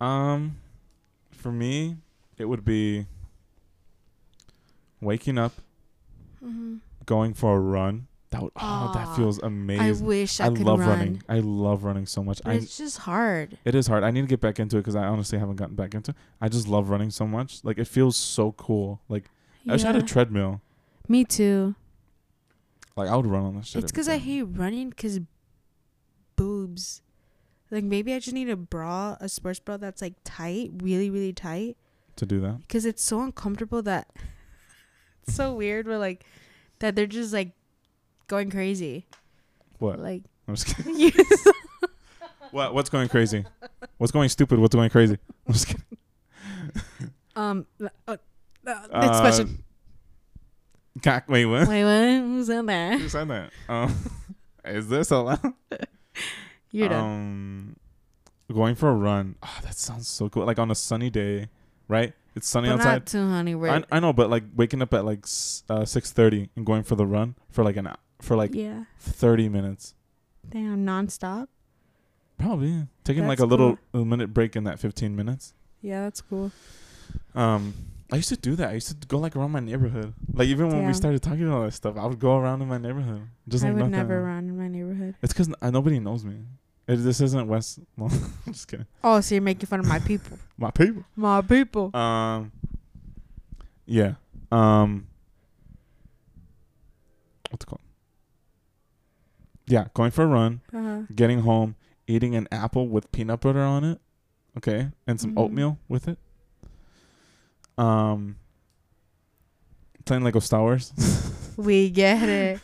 [SPEAKER 2] um, for me, it would be waking up, Mm-hmm.
[SPEAKER 1] hmm
[SPEAKER 2] going for a run. That would, oh, that
[SPEAKER 1] Aw,
[SPEAKER 2] feels
[SPEAKER 1] I
[SPEAKER 2] amazing.
[SPEAKER 1] wish I, could
[SPEAKER 2] love
[SPEAKER 1] run.
[SPEAKER 2] running. I love running so much.
[SPEAKER 1] But
[SPEAKER 2] I
[SPEAKER 1] it's just hard.
[SPEAKER 2] it is hard. I need to get back into it because I honestly haven't gotten back into. it. I just love running so much. Like it feels so cool. Like I wish I had a
[SPEAKER 1] Yeah.
[SPEAKER 2] treadmill.
[SPEAKER 1] Me too.
[SPEAKER 2] Like I would run on that shit.
[SPEAKER 1] it's
[SPEAKER 2] every
[SPEAKER 1] because I
[SPEAKER 2] day.
[SPEAKER 1] hate running because boobs. Like maybe I just need a bra, a sports bra that's like tight, really, really tight,
[SPEAKER 2] to do that.
[SPEAKER 1] because it's so uncomfortable that it's so weird. We're like that they're just like going crazy.
[SPEAKER 2] What?
[SPEAKER 1] Like
[SPEAKER 2] I'm just kidding.
[SPEAKER 1] yes.
[SPEAKER 2] What? What's going crazy? What's going stupid? What's going crazy? I'm just kidding.
[SPEAKER 1] um. uh, uh, next question.
[SPEAKER 2] Uh, cock- wait, what?
[SPEAKER 1] Wait, what? Who's in there?
[SPEAKER 2] Who said that? Um, is this allowed?
[SPEAKER 1] You're done.
[SPEAKER 2] Um, going for a run. Oh, that sounds so cool. Like on a sunny day, right? It's sunny
[SPEAKER 1] But not
[SPEAKER 2] outside.
[SPEAKER 1] too, honey. We're
[SPEAKER 2] I, I know, but like waking up at like s- uh, six thirty and going for the run for like an hou- for like
[SPEAKER 1] yeah.
[SPEAKER 2] thirty minutes,
[SPEAKER 1] Damn, nonstop.
[SPEAKER 2] probably yeah. taking like a
[SPEAKER 1] That's
[SPEAKER 2] little a minute break in that fifteen minutes.
[SPEAKER 1] Yeah, that's cool.
[SPEAKER 2] Um, I used to do that. I used to go like around my neighborhood. Like even when
[SPEAKER 1] Yeah.
[SPEAKER 2] we started talking about all that stuff, I would go around in my neighborhood. Just
[SPEAKER 1] I
[SPEAKER 2] like
[SPEAKER 1] would
[SPEAKER 2] nothing.
[SPEAKER 1] never run in my neighborhood.
[SPEAKER 2] It's because nobody knows me. It, this isn't West. No, I'm just kidding.
[SPEAKER 1] Oh, so you're making fun of my people.
[SPEAKER 2] My people.
[SPEAKER 1] my people.
[SPEAKER 2] Um. Yeah. Um. What's it called? Yeah, going for a run,
[SPEAKER 1] Uh-huh.
[SPEAKER 2] getting home, eating an apple with peanut butter on it, okay, and some
[SPEAKER 1] Mhm.
[SPEAKER 2] oatmeal with it. Um. Playing Lego Star Wars.
[SPEAKER 1] We get it.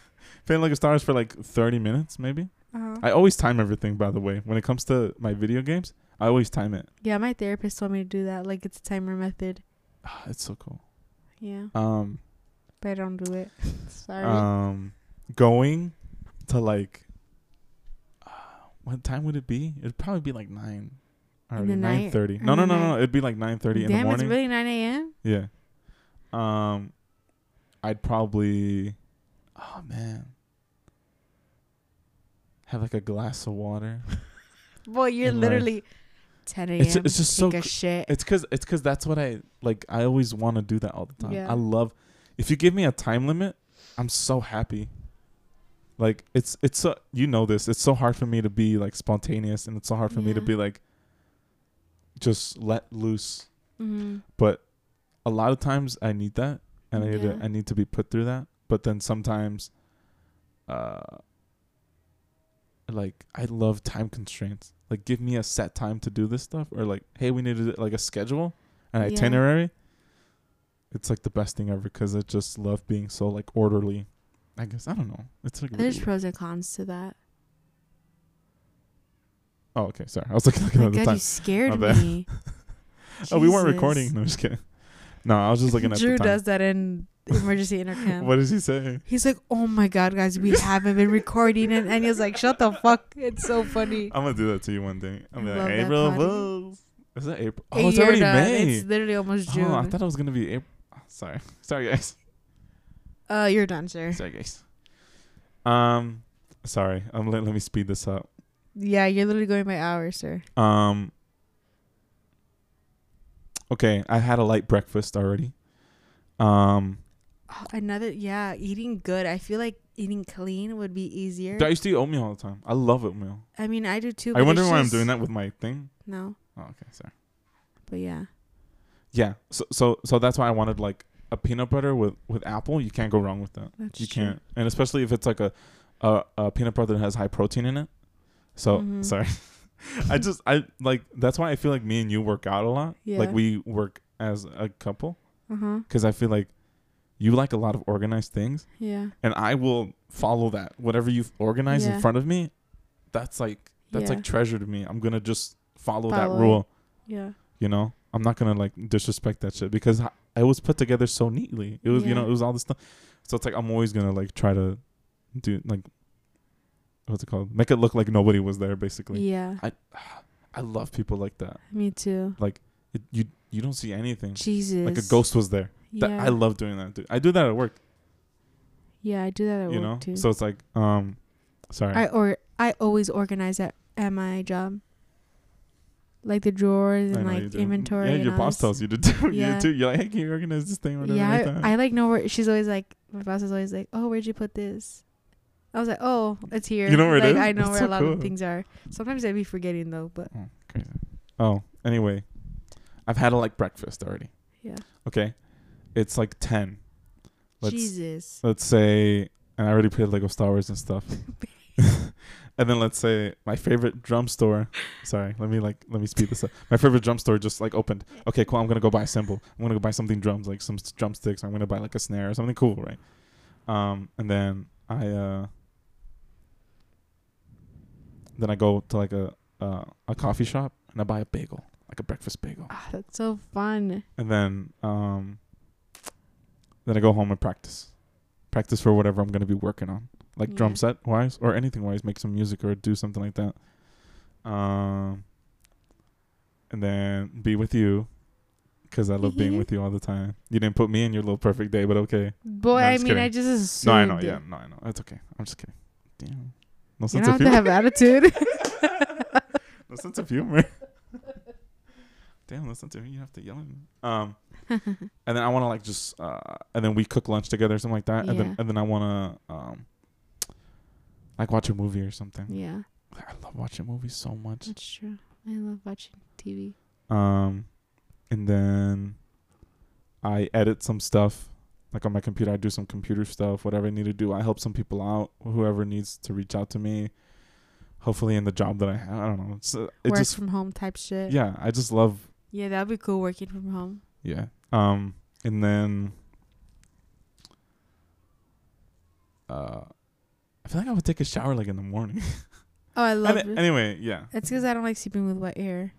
[SPEAKER 2] playing Lego Star Wars for like thirty minutes, maybe.
[SPEAKER 1] Uh-huh.
[SPEAKER 2] I always time everything, by the way. When it comes to my video games, I always time it.
[SPEAKER 1] yeah, my therapist told me to do that. Like it's a timer method.
[SPEAKER 2] Ah, it's so cool.
[SPEAKER 1] Yeah,
[SPEAKER 2] Um,
[SPEAKER 1] but I don't do it. Sorry.
[SPEAKER 2] um, going to like, uh, what time would it be? It'd probably be like nine, already
[SPEAKER 1] the night?
[SPEAKER 2] nine thirty.
[SPEAKER 1] In
[SPEAKER 2] No,
[SPEAKER 1] the
[SPEAKER 2] no, no, no,
[SPEAKER 1] night?
[SPEAKER 2] no. It'd be like nine thirty in the
[SPEAKER 1] Damn, it's
[SPEAKER 2] morning.
[SPEAKER 1] really 9 a.m.
[SPEAKER 2] yeah. Um, I'd probably, oh man, have like a glass of water.
[SPEAKER 1] Boy, you're
[SPEAKER 2] And, like,
[SPEAKER 1] literally 10 a.m.
[SPEAKER 2] it's ju- it's just so
[SPEAKER 1] Take a
[SPEAKER 2] cr-
[SPEAKER 1] shit.
[SPEAKER 2] It's cause it's cause that's what I like. I always want to do that all the time.
[SPEAKER 1] Yeah.
[SPEAKER 2] I love. If you give me a time limit, I'm so happy. Like it's it's so you know this. It's so hard for me to be like spontaneous, and it's so hard for me to
[SPEAKER 1] Yeah.
[SPEAKER 2] be like just let loose.
[SPEAKER 1] hmm
[SPEAKER 2] But a lot of times I need that, and I need to
[SPEAKER 1] Yeah.
[SPEAKER 2] I need to be put through that. But then sometimes, uh, like I love time constraints. Like give me a set time to do this stuff, or like hey, we need to do, like a schedule, an
[SPEAKER 1] Yeah.
[SPEAKER 2] itinerary. It's like the best thing ever because I just love being so like orderly. I guess I don't know. It's like really
[SPEAKER 1] There's pros and cons to that.
[SPEAKER 2] oh okay sorry I was looking, looking
[SPEAKER 1] My
[SPEAKER 2] at the
[SPEAKER 1] God, you
[SPEAKER 2] time.
[SPEAKER 1] scared
[SPEAKER 2] My bad.
[SPEAKER 1] me.
[SPEAKER 2] Oh, we weren't
[SPEAKER 1] Jesus.
[SPEAKER 2] recording. No, I'm just kidding. No, I was just looking at
[SPEAKER 1] Drew
[SPEAKER 2] the time.
[SPEAKER 1] does that in emergency intercom.
[SPEAKER 2] What does he say?
[SPEAKER 1] He's like, "Oh my god, guys, we haven't been recording," and Anya's like, "Shut the fuck!" It's so funny.
[SPEAKER 2] I'm gonna do that to you one day.
[SPEAKER 1] I love
[SPEAKER 2] I'm gonna be like,
[SPEAKER 1] that
[SPEAKER 2] April
[SPEAKER 1] potty.
[SPEAKER 2] Fools. Is that April?
[SPEAKER 1] Hey,
[SPEAKER 2] Oh, it's
[SPEAKER 1] you're
[SPEAKER 2] already
[SPEAKER 1] done.
[SPEAKER 2] May.
[SPEAKER 1] It's literally almost June.
[SPEAKER 2] Oh, I thought it was gonna be April. Sorry, sorry guys,
[SPEAKER 1] uh, you're done, sir.
[SPEAKER 2] sorry guys. Um, sorry. Um, let, let me speed this up.
[SPEAKER 1] Yeah, you're literally going by hours, sir.
[SPEAKER 2] Um. Okay, I had a light breakfast already. Um,
[SPEAKER 1] Oh, another, yeah, eating good. I feel like eating clean would be easier.
[SPEAKER 2] I used to eat oatmeal all the time. I love oatmeal.
[SPEAKER 1] I mean, I do too.
[SPEAKER 2] I wonder why I'm doing that with my thing.
[SPEAKER 1] No,
[SPEAKER 2] Oh, okay, sorry.
[SPEAKER 1] but yeah,
[SPEAKER 2] Yeah, so so so that's why I wanted like a peanut butter with with apple. You can't go wrong with that.
[SPEAKER 1] that's
[SPEAKER 2] you
[SPEAKER 1] true.
[SPEAKER 2] can't, and especially if it's like a a, a peanut butter that has high protein in it. So
[SPEAKER 1] Mhm.
[SPEAKER 2] sorry, I just I like that's why I feel like me and you work out a lot.
[SPEAKER 1] Yeah.
[SPEAKER 2] Like we work as a couple
[SPEAKER 1] Uh huh.
[SPEAKER 2] because I feel like you like a lot of organized things,
[SPEAKER 1] Yeah.
[SPEAKER 2] and I will follow that. Whatever you've organized
[SPEAKER 1] Yeah.
[SPEAKER 2] in front of me, that's like that's
[SPEAKER 1] Yeah.
[SPEAKER 2] like treasure to me. I'm gonna just
[SPEAKER 1] Follow
[SPEAKER 2] follow, that
[SPEAKER 1] it.
[SPEAKER 2] rule.
[SPEAKER 1] Yeah.
[SPEAKER 2] You know, I'm not gonna like disrespect that shit because h- it was put together so neatly. It was,
[SPEAKER 1] Yeah.
[SPEAKER 2] you know, it was all this stuff. So it's like I'm always gonna like try to do like what's it called? Make it look like nobody was there. Basically,
[SPEAKER 1] Yeah.
[SPEAKER 2] I love people like that.
[SPEAKER 1] Me too.
[SPEAKER 2] It, you you don't see anything.
[SPEAKER 1] Jesus.
[SPEAKER 2] Like a ghost was there.
[SPEAKER 1] Yeah.
[SPEAKER 2] That, I love doing that. Dude. I do that at work.
[SPEAKER 1] Yeah, I do that at
[SPEAKER 2] you
[SPEAKER 1] work
[SPEAKER 2] know,
[SPEAKER 1] too.
[SPEAKER 2] so it's like um, sorry.
[SPEAKER 1] I or I always organize at at my job, like the drawers
[SPEAKER 2] I
[SPEAKER 1] and
[SPEAKER 2] know you
[SPEAKER 1] like
[SPEAKER 2] do.
[SPEAKER 1] inventory.
[SPEAKER 2] Yeah,
[SPEAKER 1] and
[SPEAKER 2] your
[SPEAKER 1] all
[SPEAKER 2] boss
[SPEAKER 1] this.
[SPEAKER 2] tells you to do
[SPEAKER 1] Yeah.
[SPEAKER 2] you too. You're like, hey, can you organize this thing or whatever? like
[SPEAKER 1] Yeah,
[SPEAKER 2] that?
[SPEAKER 1] I, I like know where she's always like. My boss is always like, "Oh, where'd you put this?" I was like, "Oh, it's here."
[SPEAKER 2] You know where it
[SPEAKER 1] like,
[SPEAKER 2] is?
[SPEAKER 1] I know
[SPEAKER 2] That's
[SPEAKER 1] where
[SPEAKER 2] so
[SPEAKER 1] a lot
[SPEAKER 2] cool.
[SPEAKER 1] of things are. Sometimes I'd be forgetting though, but
[SPEAKER 2] Oh, crazy. Oh, anyway, I've had a, like breakfast already.
[SPEAKER 1] Yeah.
[SPEAKER 2] Okay, it's like ten. Let's
[SPEAKER 1] Jesus,
[SPEAKER 2] let's say, and I already played Lego Star Wars and stuff. and then let's say my favorite drum store. Sorry, let me like let me speed this up. My favorite drum store just like opened. Okay, cool. I'm gonna go buy a cymbal. I'm gonna go buy something drums like some s- drumsticks. I'm gonna buy like a snare or something cool, right? Um, and then I uh, then I go to like a uh, a coffee shop and I buy a bagel, like a breakfast bagel,
[SPEAKER 1] Ah, that's so fun.
[SPEAKER 2] and then um, then I go home and practice, practice for whatever I'm gonna be working on, like
[SPEAKER 1] Yeah.
[SPEAKER 2] drum set wise or anything wise, make some music or do something like that. Um, and then be with you, cause I love being with you all the time. You didn't put me in your little perfect day, but okay.
[SPEAKER 1] Boy,
[SPEAKER 2] No,
[SPEAKER 1] I
[SPEAKER 2] just
[SPEAKER 1] mean,
[SPEAKER 2] kidding.
[SPEAKER 1] I just
[SPEAKER 2] No, I
[SPEAKER 1] assumed.
[SPEAKER 2] know. Yeah, no, I know. That's okay. I'm just kidding. Damn. No
[SPEAKER 1] you
[SPEAKER 2] sense
[SPEAKER 1] don't
[SPEAKER 2] of
[SPEAKER 1] have to
[SPEAKER 2] humor.
[SPEAKER 1] have attitude.
[SPEAKER 2] no sense of humor. Damn, no sense of humor. You have to yell at me. Um, and then I want to like just, uh, and then we cook lunch together or something like that. And
[SPEAKER 1] Yeah.
[SPEAKER 2] then and then I want to, um, like watch a movie or something.
[SPEAKER 1] yeah,
[SPEAKER 2] I love watching movies so much.
[SPEAKER 1] that's true. I love watching TV.
[SPEAKER 2] Um, and then I edit some stuff, like on my computer. I do some computer stuff, whatever I need to do. I help some people out, whoever needs to reach out to me. Hopefully, in the job that I have, I don't know. It's, uh, it
[SPEAKER 1] Work
[SPEAKER 2] just,
[SPEAKER 1] from home type shit.
[SPEAKER 2] yeah, I just love,
[SPEAKER 1] Yeah, that'd be cool working from home.
[SPEAKER 2] yeah. Um, and then, uh, I feel like I would take a shower like in the morning.
[SPEAKER 1] Oh, I love it.
[SPEAKER 2] Any- anyway, yeah,
[SPEAKER 1] It's because I don't like sleeping with wet hair.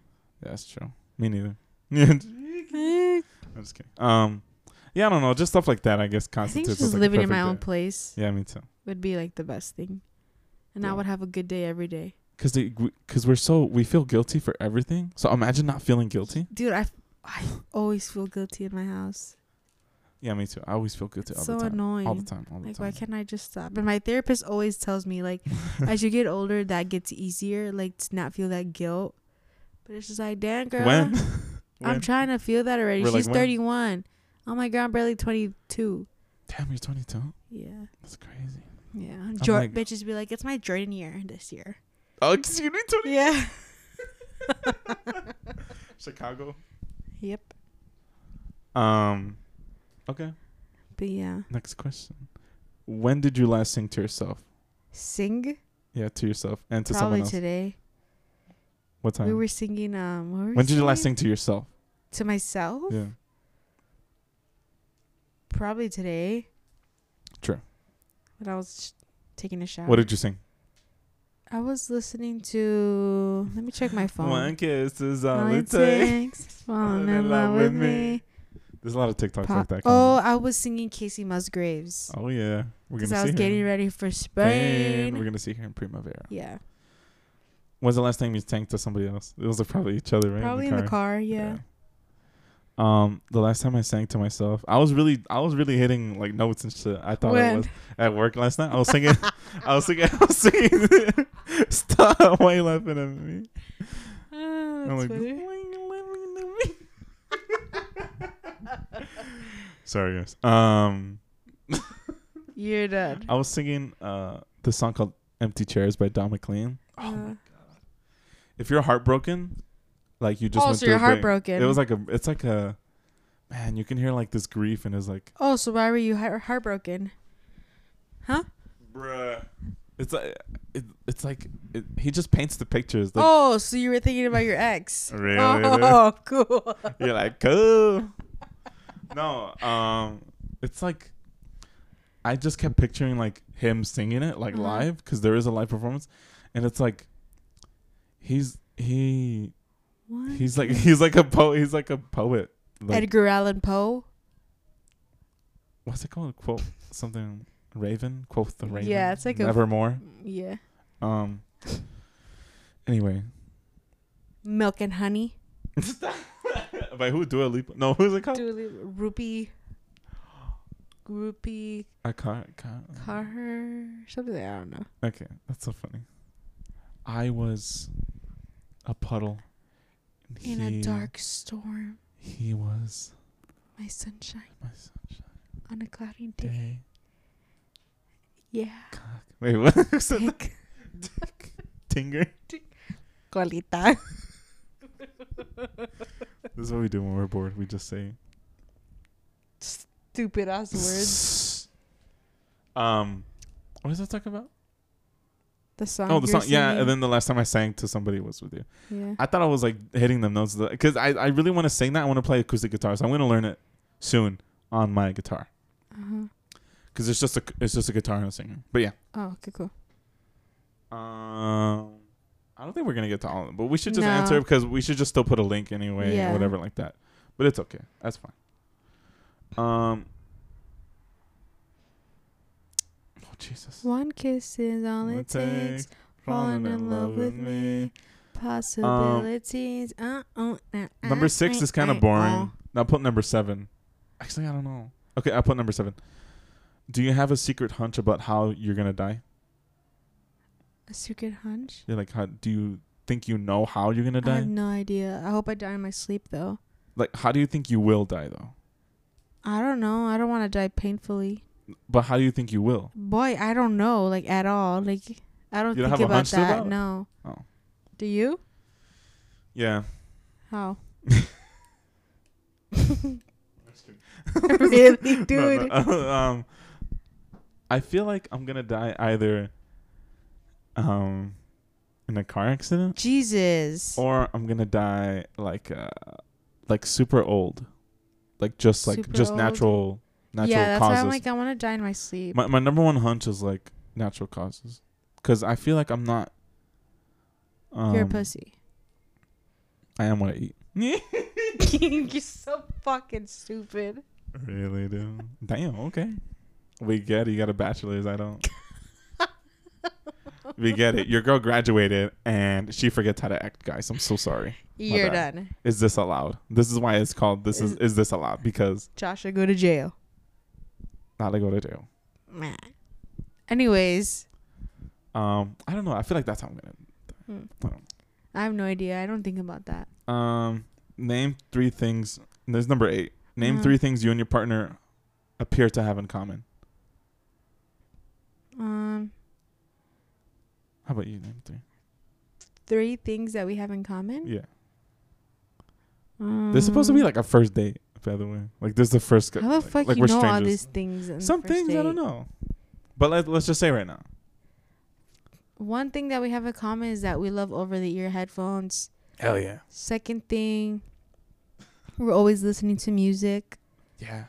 [SPEAKER 2] yeah, that's true. Me neither. Yeah,
[SPEAKER 1] Eh,
[SPEAKER 2] I'm just kidding. Um, yeah, I don't know, just stuff like that. I guess
[SPEAKER 1] I think
[SPEAKER 2] constitutes.
[SPEAKER 1] just
[SPEAKER 2] like, a
[SPEAKER 1] living in my
[SPEAKER 2] perfect
[SPEAKER 1] own
[SPEAKER 2] day.
[SPEAKER 1] place
[SPEAKER 2] Yeah, me too.
[SPEAKER 1] would be like the best thing, and I
[SPEAKER 2] Yeah.
[SPEAKER 1] would have a good day every day.
[SPEAKER 2] Cause they, cause we're so we feel guilty for everything. So imagine not feeling guilty.
[SPEAKER 1] Dude, I, I always feel guilty in my house.
[SPEAKER 2] Yeah, me too. I always feel guilty
[SPEAKER 1] It's
[SPEAKER 2] all
[SPEAKER 1] so
[SPEAKER 2] the time.
[SPEAKER 1] annoying.
[SPEAKER 2] All the time. All the
[SPEAKER 1] like,
[SPEAKER 2] time.
[SPEAKER 1] why can't I just stop? And my therapist always tells me like, as you get older, that gets easier. Like to not feel that guilt. But it's just like, damn girl,
[SPEAKER 2] when?
[SPEAKER 1] I'm
[SPEAKER 2] when?
[SPEAKER 1] trying to feel that already.
[SPEAKER 2] We're like,
[SPEAKER 1] She's
[SPEAKER 2] when?
[SPEAKER 1] 31. Oh my god, I'm barely 22.
[SPEAKER 2] Damn, you're 22.
[SPEAKER 1] Yeah,
[SPEAKER 2] That's crazy.
[SPEAKER 1] yeah. Jor-
[SPEAKER 2] like-
[SPEAKER 1] bitches be like, it's my Jordan year this year.
[SPEAKER 2] Oh, excuse me, 20.
[SPEAKER 1] Yeah.
[SPEAKER 2] Chicago.
[SPEAKER 1] Yep.
[SPEAKER 2] Um. Okay.
[SPEAKER 1] But yeah,
[SPEAKER 2] Next question. When did you last sing to yourself?
[SPEAKER 1] sing
[SPEAKER 2] Yeah, to yourself and to
[SPEAKER 1] probably
[SPEAKER 2] someone else.
[SPEAKER 1] today.
[SPEAKER 2] What time?
[SPEAKER 1] We were singing. Um, what were we
[SPEAKER 2] when did you last
[SPEAKER 1] singing?
[SPEAKER 2] sing to yourself?
[SPEAKER 1] to myself?
[SPEAKER 2] Yeah.
[SPEAKER 1] Probably today.
[SPEAKER 2] True.
[SPEAKER 1] When I was sh- taking a shower.
[SPEAKER 2] What did you sing?
[SPEAKER 1] I was listening to. Let me check my phone.
[SPEAKER 2] kiss is
[SPEAKER 1] All it
[SPEAKER 2] takes.
[SPEAKER 1] takes, falling in love with me.
[SPEAKER 2] There's a lot of TikToks
[SPEAKER 1] Pop-
[SPEAKER 2] like that.
[SPEAKER 1] oh,
[SPEAKER 2] coming.
[SPEAKER 1] I was singing Casey Musgraves
[SPEAKER 2] oh yeah, we're
[SPEAKER 1] because
[SPEAKER 2] gonna
[SPEAKER 1] I
[SPEAKER 2] see
[SPEAKER 1] was getting
[SPEAKER 2] her.
[SPEAKER 1] ready for
[SPEAKER 2] Spain. We're
[SPEAKER 1] Spain.
[SPEAKER 2] gonna see her in Primavera.
[SPEAKER 1] Yeah,
[SPEAKER 2] When's the last time you tanked to somebody else? It was like probably each other, right?
[SPEAKER 1] probably in the car. Yeah.
[SPEAKER 2] Yeah. Um, the last time I sang to myself, I was really, I was really hitting like notes and shit. I thought I
[SPEAKER 1] When?
[SPEAKER 2] was at work last night. I was singing, I was singing, I was singing. Stop! Why you laughing at me?
[SPEAKER 1] Ah,
[SPEAKER 2] I'm
[SPEAKER 1] that's
[SPEAKER 2] like,
[SPEAKER 1] funny.
[SPEAKER 2] Sorry, guys. Um,
[SPEAKER 1] You're dead.
[SPEAKER 2] I was singing uh the song called "Empty Chairs" by Don McLean.
[SPEAKER 1] Uh,
[SPEAKER 2] If you're heartbroken, like you just
[SPEAKER 1] oh,
[SPEAKER 2] went
[SPEAKER 1] so
[SPEAKER 2] through
[SPEAKER 1] you're
[SPEAKER 2] a break-
[SPEAKER 1] heartbroken.
[SPEAKER 2] It was like a, it's like a, man, you can hear like this grief and it's like,
[SPEAKER 1] oh, so why were you heart- heartbroken?
[SPEAKER 2] bruh, it's like, it, it's like it, he just paints the pictures. Like,
[SPEAKER 1] oh, so you were thinking about your ex.
[SPEAKER 2] Really?
[SPEAKER 1] Oh, cool.
[SPEAKER 2] You're like, cool. no, um, it's like I just kept picturing like him singing it like
[SPEAKER 1] Mhm.
[SPEAKER 2] live because there is a live performance, and it's like he's he
[SPEAKER 1] What?
[SPEAKER 2] he's like he's like a poet he's like a poet. Like,
[SPEAKER 1] Edgar Allan Poe.
[SPEAKER 2] what's it called? Quote something. Raven quote the raven.
[SPEAKER 1] Yeah, it's like a-
[SPEAKER 2] nevermore.
[SPEAKER 1] Mm, Yeah.
[SPEAKER 2] um. Anyway,
[SPEAKER 1] Milk and honey.
[SPEAKER 2] by who Dua Lipa? No, who's it called?
[SPEAKER 1] Dua Lipa- Ruby. Ruby
[SPEAKER 2] I can't, can't.
[SPEAKER 1] Carter. Something like that, I don't know.
[SPEAKER 2] Okay, that's so funny. I was a puddle. and
[SPEAKER 1] In a
[SPEAKER 2] he-
[SPEAKER 1] dark storm,
[SPEAKER 2] He was
[SPEAKER 1] my sunshine
[SPEAKER 2] my sunshine
[SPEAKER 1] on a cloudy day.
[SPEAKER 2] day.
[SPEAKER 1] Yeah.
[SPEAKER 2] Cock. Wait, what? Who said that?
[SPEAKER 1] Dick.
[SPEAKER 2] Tinger.
[SPEAKER 1] Colita.
[SPEAKER 2] This is what we do when we're bored. We just say
[SPEAKER 1] Stupid ass words.
[SPEAKER 2] Um, what was I talking about?
[SPEAKER 1] The song.
[SPEAKER 2] oh, the
[SPEAKER 1] you're
[SPEAKER 2] song. Yeah,
[SPEAKER 1] singing.
[SPEAKER 2] and then the last time I sang to somebody was with you.
[SPEAKER 1] Yeah.
[SPEAKER 2] I thought I was like hitting them notes because I I really want to sing that. I want to play acoustic guitar, so I'm gonna learn it soon on my guitar
[SPEAKER 1] Uh-huh.
[SPEAKER 2] because it's just a it's just a guitar and a singer. But yeah.
[SPEAKER 1] Oh, okay, cool.
[SPEAKER 2] Um, I don't think we're gonna get to all of them, but we should just
[SPEAKER 1] No.
[SPEAKER 2] answer because we should just still put a link anyway
[SPEAKER 1] Yeah.
[SPEAKER 2] or whatever like that. But it's okay. That's fine. Um. Oh Jesus.
[SPEAKER 1] One kiss is all
[SPEAKER 2] Wanna
[SPEAKER 1] it takes.
[SPEAKER 2] take
[SPEAKER 1] Falling in love with me. Possibilities. Uh, oh, uh, uh,
[SPEAKER 2] Number six
[SPEAKER 1] uh,
[SPEAKER 2] is kind
[SPEAKER 1] uh,
[SPEAKER 2] of boring.
[SPEAKER 1] oh.
[SPEAKER 2] Now put number seven. Actually, I don't know. Okay, I'll put number seven. Do you have a secret hunch about how you're gonna die?
[SPEAKER 1] A secret hunch?
[SPEAKER 2] You're like, how do you think you know how you're gonna
[SPEAKER 1] I have
[SPEAKER 2] die?
[SPEAKER 1] no idea. I hope I die in my sleep, though.
[SPEAKER 2] Like, how do you think you will die though?
[SPEAKER 1] I don't know. I don't want to die painfully.
[SPEAKER 2] But how do you think you will?
[SPEAKER 1] Boy, I don't know, like, at all. Like, I don't
[SPEAKER 2] You don't
[SPEAKER 1] think
[SPEAKER 2] have a
[SPEAKER 1] about
[SPEAKER 2] hunch
[SPEAKER 1] that.
[SPEAKER 2] about it?
[SPEAKER 1] No.
[SPEAKER 2] Oh.
[SPEAKER 1] Do you?
[SPEAKER 2] Yeah.
[SPEAKER 1] How? really, dude?
[SPEAKER 2] No, no. um, I feel like I'm gonna die either, um, in a car accident,
[SPEAKER 1] Jesus.
[SPEAKER 2] or I'm gonna die like, uh, like super old, like just like
[SPEAKER 1] Super
[SPEAKER 2] just
[SPEAKER 1] old?
[SPEAKER 2] natural, natural
[SPEAKER 1] yeah, that's
[SPEAKER 2] causes.
[SPEAKER 1] why I'm like, uh, I want to die in my sleep.
[SPEAKER 2] my my number one hunch is like natural causes, because I feel like I'm not. Um,
[SPEAKER 1] You're a pussy.
[SPEAKER 2] I am what I eat.
[SPEAKER 1] You're so fucking stupid.
[SPEAKER 2] Really, dude? Damn. Okay. We get it. You got a bachelor's. I don't. we get it. Your girl graduated and she forgets how to act, guys. I'm so sorry.
[SPEAKER 1] You're
[SPEAKER 2] bad.
[SPEAKER 1] done.
[SPEAKER 2] Is this allowed? This is why it's called. This is. Is this allowed? Because
[SPEAKER 1] Joshua, go to jail.
[SPEAKER 2] not to go to jail.
[SPEAKER 1] Meh. Anyways,
[SPEAKER 2] Um, I don't know. I feel like that's how I'm gonna.
[SPEAKER 1] Hmm.
[SPEAKER 2] I don't
[SPEAKER 1] I have no idea. I don't think about that.
[SPEAKER 2] know. Um, name three things. There's number eight. Name
[SPEAKER 1] Uh.
[SPEAKER 2] three things you and your partner appear to have in common.
[SPEAKER 1] Um,
[SPEAKER 2] How about you? Name three.
[SPEAKER 1] three things that we have in common.
[SPEAKER 2] Yeah. They're supposed to be like a first date, by the way. Like this is the first.
[SPEAKER 1] Um, Mm. How the
[SPEAKER 2] like,
[SPEAKER 1] fuck
[SPEAKER 2] like
[SPEAKER 1] you know all these things? on the
[SPEAKER 2] Some
[SPEAKER 1] first
[SPEAKER 2] things I don't
[SPEAKER 1] date?
[SPEAKER 2] know. But let, let's just say right now.
[SPEAKER 1] One thing that we have in common is that we love over-the-ear headphones.
[SPEAKER 2] Hell yeah.
[SPEAKER 1] Second thing, we're always listening to music.
[SPEAKER 2] Yeah.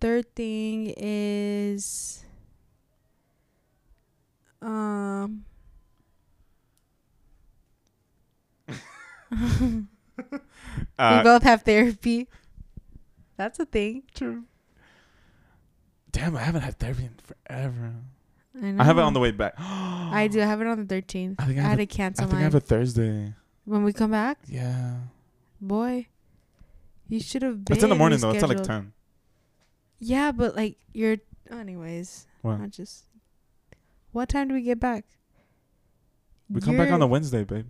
[SPEAKER 1] Third thing is um
[SPEAKER 2] Uh,
[SPEAKER 1] we both have therapy. That's a thing.
[SPEAKER 2] True. Damn, I haven't had therapy in forever.
[SPEAKER 1] I, know.
[SPEAKER 2] I have it on the way back.
[SPEAKER 1] I do. I have it on the 13th.
[SPEAKER 2] I think I
[SPEAKER 1] I
[SPEAKER 2] have
[SPEAKER 1] had to
[SPEAKER 2] a-
[SPEAKER 1] cancel
[SPEAKER 2] I think I
[SPEAKER 1] mine.
[SPEAKER 2] have a Thursday.
[SPEAKER 1] when we come back,
[SPEAKER 2] Yeah.
[SPEAKER 1] boy, you should have been.
[SPEAKER 2] It's in the morning though. It's at like
[SPEAKER 1] rescheduled.
[SPEAKER 2] 10.
[SPEAKER 1] Yeah, but like you're. Anyways,
[SPEAKER 2] What?
[SPEAKER 1] I just. What time do we get back?
[SPEAKER 2] We come back on
[SPEAKER 1] You're-
[SPEAKER 2] the Wednesday, babe.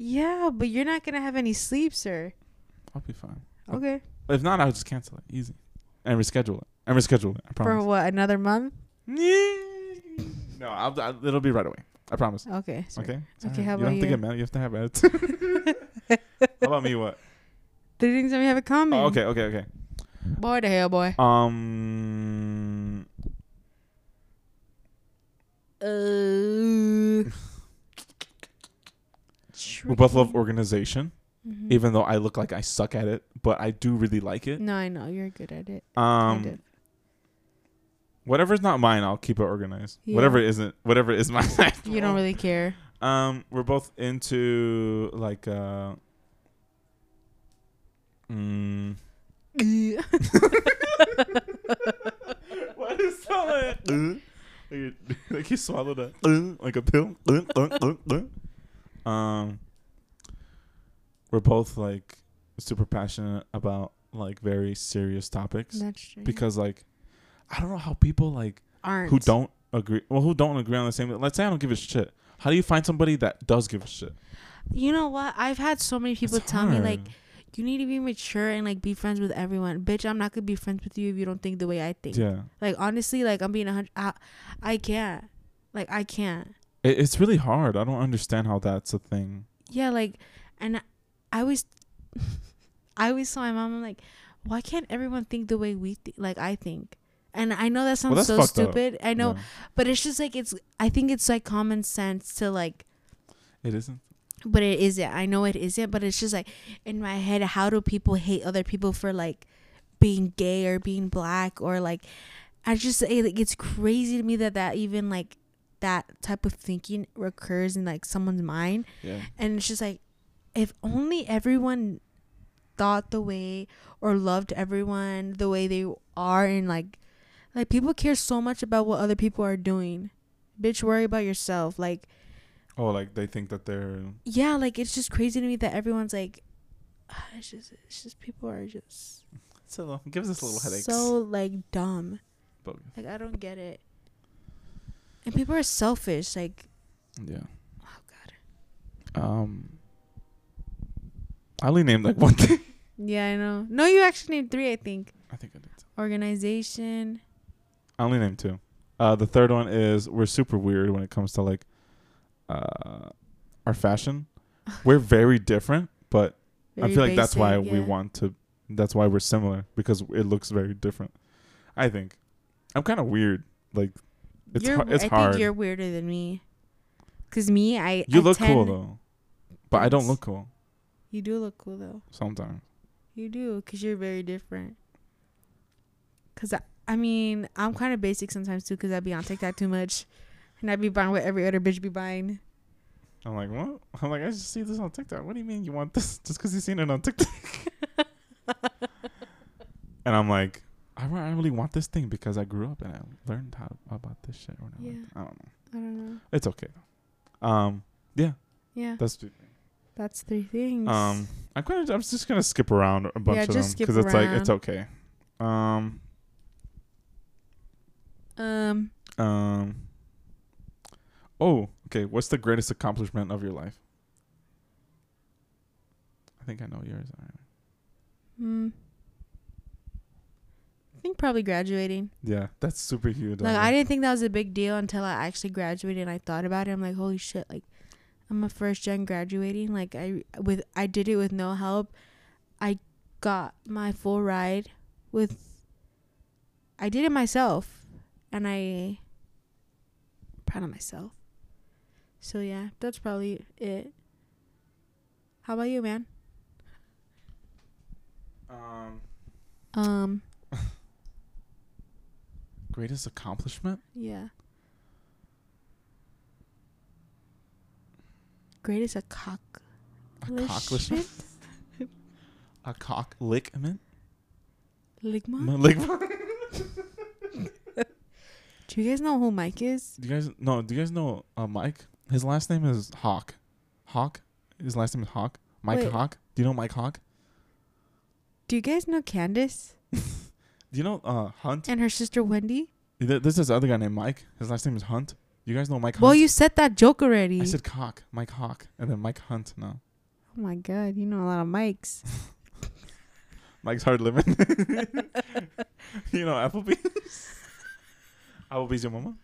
[SPEAKER 1] Yeah, but you're not gonna have any sleep, sir.
[SPEAKER 2] I'll be fine. Oh,
[SPEAKER 1] Okay.
[SPEAKER 2] If not, I'll just cancel it. Easy. And reschedule it. And reschedule it. I
[SPEAKER 1] For
[SPEAKER 2] promise.
[SPEAKER 1] what? Another month?
[SPEAKER 2] no, I'll, I'll- it'll be right away. I promise.
[SPEAKER 1] Okay. sorry.
[SPEAKER 2] Okay. It's
[SPEAKER 1] Okay,
[SPEAKER 2] alright.
[SPEAKER 1] how
[SPEAKER 2] you don't
[SPEAKER 1] about
[SPEAKER 2] have to
[SPEAKER 1] you?
[SPEAKER 2] get mad. You have to have attitude. how about me? What?
[SPEAKER 1] Three things that we have in common.
[SPEAKER 2] Oh, okay. Okay. Okay.
[SPEAKER 1] Boy, the hell, boy.
[SPEAKER 2] Um.
[SPEAKER 1] Uh,
[SPEAKER 2] We both love organization,
[SPEAKER 1] Mm-hmm.
[SPEAKER 2] even though I look like I suck at it, but I do really like it.
[SPEAKER 1] No, I know you're good at it.
[SPEAKER 2] Um,
[SPEAKER 1] kind of.
[SPEAKER 2] whatever's not mine, I'll keep it organized.
[SPEAKER 1] Yeah.
[SPEAKER 2] Whatever isn't, whatever is mine. I
[SPEAKER 1] You don't
[SPEAKER 2] won't.
[SPEAKER 1] really care.
[SPEAKER 2] Um, we're both into like. uh mm, Why do you sound like "Uh," like you- like you swallowed a "uh," like a pill? Uh, uh, uh, uh. um, we're both like super passionate about like very serious topics
[SPEAKER 1] That's true.
[SPEAKER 2] because like I don't know how people like
[SPEAKER 1] aren't
[SPEAKER 2] who don't agree well who don't agree on the same let's say I don't give a shit. How do you find somebody that does give a shit?
[SPEAKER 1] You know what? I've had so many people
[SPEAKER 2] It's
[SPEAKER 1] tell me like
[SPEAKER 2] hard.
[SPEAKER 1] you need to be mature and like be friends with everyone. Bitch, I'm not gonna be friends with you if you don't think the way I think.
[SPEAKER 2] yeah.
[SPEAKER 1] Like honestly, like I'm being a hundred. I, I can't. Like I can't.
[SPEAKER 2] It, it's really hard. I don't understand how that's a thing.
[SPEAKER 1] Yeah. Like, and I, I always, I always tell my mom, I'm like, why can't everyone think the way we think? Like I think. And I know that sounds
[SPEAKER 2] that's
[SPEAKER 1] so
[SPEAKER 2] fucked up.
[SPEAKER 1] stupid. I know,
[SPEAKER 2] Yeah.
[SPEAKER 1] but it's just like it's. I think it's like common sense to like
[SPEAKER 2] It isn't.
[SPEAKER 1] but it isn't i know it isn't but it's just like in my head how do people hate other people for like being gay or being black or like i just it, like, it's crazy to me that that even like that type of thinking recurs in like someone's mind
[SPEAKER 2] Yeah.
[SPEAKER 1] and it's just like if only everyone thought the way or loved everyone the way they are and like like people care so much about what other people are doing bitch worry about yourself like
[SPEAKER 2] Oh, like they think that they're
[SPEAKER 1] yeah, like it's just crazy to me that everyone's like, it's just, it's just people are just
[SPEAKER 2] so gives us
[SPEAKER 1] so like dumb. Like I don't get it. And people are selfish. Like
[SPEAKER 2] yeah.
[SPEAKER 1] oh god.
[SPEAKER 2] Um. I only named like one thing.
[SPEAKER 1] Yeah, I know. No, you actually named three, I think.
[SPEAKER 2] I think I did. too.
[SPEAKER 1] Organization.
[SPEAKER 2] I only named two. Uh, the third one is we're super weird when it comes to like, uh, our fashion. We're very different, but I
[SPEAKER 1] very
[SPEAKER 2] feel like that's why
[SPEAKER 1] basic,
[SPEAKER 2] we
[SPEAKER 1] yeah.
[SPEAKER 2] want to. That's why we're similar because it looks very different. I think I'm kind of weird. Like it's
[SPEAKER 1] You're-
[SPEAKER 2] har- it's
[SPEAKER 1] I
[SPEAKER 2] hard.
[SPEAKER 1] think you're weirder than me. Cause me, I
[SPEAKER 2] you
[SPEAKER 1] I
[SPEAKER 2] look cool
[SPEAKER 1] tend-
[SPEAKER 2] though, but I don't
[SPEAKER 1] Thanks.
[SPEAKER 2] look cool
[SPEAKER 1] You do look cool though.
[SPEAKER 2] sometimes.
[SPEAKER 1] You do, cause you're very different. Cause I, I mean, I'm kind of basic sometimes too, cause I be on TikTok too much, and I be buying what every other bitch be buying.
[SPEAKER 2] I'm like, what? I'm like, I just see this on TikTok. What do you mean you want this just because you seen it on TikTok? and I'm like, I re- I really want this thing because I grew up and I learned how about this shit. Or whatever.
[SPEAKER 1] Yeah.
[SPEAKER 2] I don't know.
[SPEAKER 1] I don't know.
[SPEAKER 2] It's okay though. Um, yeah,
[SPEAKER 1] Yeah,
[SPEAKER 2] that's.
[SPEAKER 1] that's three things.
[SPEAKER 2] Um, I'm gonna. I'm just gonna skip around a bunch
[SPEAKER 1] Yeah,
[SPEAKER 2] of
[SPEAKER 1] just
[SPEAKER 2] them
[SPEAKER 1] skip
[SPEAKER 2] because it's like it's
[SPEAKER 1] around.
[SPEAKER 2] okay. Um,
[SPEAKER 1] Um,
[SPEAKER 2] um. Oh, okay. What's the greatest accomplishment of your life? I think I know yours. Alright.
[SPEAKER 1] mm, I think probably graduating.
[SPEAKER 2] Yeah, that's super huge.
[SPEAKER 1] Like
[SPEAKER 2] I
[SPEAKER 1] I
[SPEAKER 2] know.
[SPEAKER 1] didn't think that was a big deal until I actually graduated and I thought about it. I'm like, holy shit! Like, I'm a first gen graduating. Like I with I did it with no help. I got my full ride with. I did it myself, and I. Proud of myself. So yeah, that's probably it. How about you, man?
[SPEAKER 2] Um,
[SPEAKER 1] Um.
[SPEAKER 2] greatest accomplishment?
[SPEAKER 1] Yeah. Greatest a cock.
[SPEAKER 2] Accomplishment? A cock lickment?
[SPEAKER 1] Ligma?
[SPEAKER 2] Like,
[SPEAKER 1] Do you guys know who Mike is?
[SPEAKER 2] do you guys no? Do you guys know uh, Mike? His last name is Hawk. Hawk. His last name is Hawk. Mike
[SPEAKER 1] Wait.
[SPEAKER 2] Hawk. Do you know Mike Hawk?
[SPEAKER 1] Do you guys know Candace
[SPEAKER 2] Do you know uh, Hunt?
[SPEAKER 1] and her sister Wendy?
[SPEAKER 2] Th- There's this other guy named Mike. His last name is Hunt. You guys know Mike Hunt?
[SPEAKER 1] Well, you said that joke already.
[SPEAKER 2] I said Hawk. Mike Hawk, and then Mike Hunt. No,
[SPEAKER 1] oh my god, you know a lot of Mikes.
[SPEAKER 2] Mike's hard living. you know Applebee's. Applebee's your mama.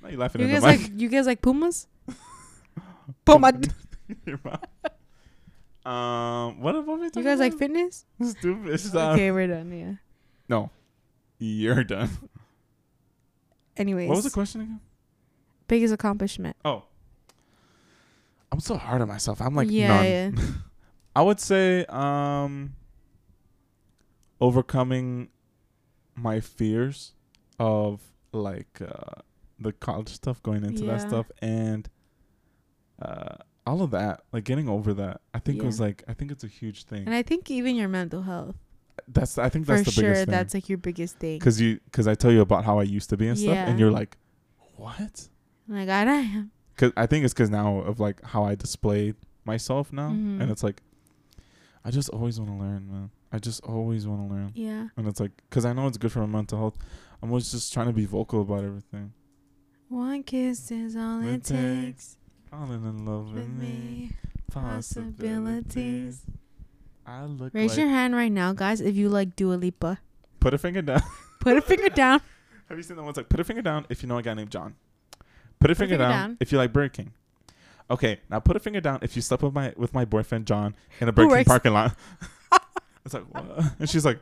[SPEAKER 2] Now you laughing
[SPEAKER 1] You
[SPEAKER 2] at the
[SPEAKER 1] guys
[SPEAKER 2] mic.
[SPEAKER 1] like you guys like Pumas? Puma.
[SPEAKER 2] Your mom. Um, what, what are we talking
[SPEAKER 1] You guys like
[SPEAKER 2] about?
[SPEAKER 1] fitness?
[SPEAKER 2] stupid stuff?
[SPEAKER 1] Okay, we're done. Yeah.
[SPEAKER 2] No, you're done.
[SPEAKER 1] Anyways,
[SPEAKER 2] What was the question again?
[SPEAKER 1] biggest accomplishment?
[SPEAKER 2] Oh, I'm so hard on myself. I'm like
[SPEAKER 1] yeah,
[SPEAKER 2] none.
[SPEAKER 1] yeah.
[SPEAKER 2] I would say um overcoming my fears of like uh the college stuff going into that
[SPEAKER 1] Yeah.
[SPEAKER 2] stuff and uh all of that like getting over that I think
[SPEAKER 1] Yeah.
[SPEAKER 2] was like I think it's a huge thing
[SPEAKER 1] and I think even your mental health,
[SPEAKER 2] that's I think
[SPEAKER 1] for
[SPEAKER 2] that's the
[SPEAKER 1] sure,
[SPEAKER 2] biggest thing
[SPEAKER 1] that's like your biggest thing.
[SPEAKER 2] cuz you cuz I tell you about how I used to be and stuff
[SPEAKER 1] Yeah.
[SPEAKER 2] and you're like what
[SPEAKER 1] Like I am.
[SPEAKER 2] cause I think it's because now of like how I display myself now,
[SPEAKER 1] Mhm.
[SPEAKER 2] and it's like I just always want to learn, man. I just always want to learn,
[SPEAKER 1] Yeah.
[SPEAKER 2] and it's like because I know it's good for my mental health. I'm always just trying to be vocal about everything.
[SPEAKER 1] One kiss is all
[SPEAKER 2] It
[SPEAKER 1] it takes
[SPEAKER 2] Falling in love
[SPEAKER 1] with
[SPEAKER 2] with me,
[SPEAKER 1] me.
[SPEAKER 2] possibilities.
[SPEAKER 1] Possibilities.
[SPEAKER 2] I look
[SPEAKER 1] Raise
[SPEAKER 2] like
[SPEAKER 1] your hand right now, guys, if you like Dua Lipa.
[SPEAKER 2] put a finger down.
[SPEAKER 1] Put a finger down.
[SPEAKER 2] Have you seen the ones like put a finger down if you know a guy named John? Put a finger,
[SPEAKER 1] finger
[SPEAKER 2] down,
[SPEAKER 1] down.
[SPEAKER 2] if you like Burger King. Okay, now put a finger down if you slept with my with my boyfriend John in a Burger King
[SPEAKER 1] works-
[SPEAKER 2] parking lot. it's like what? And she's like,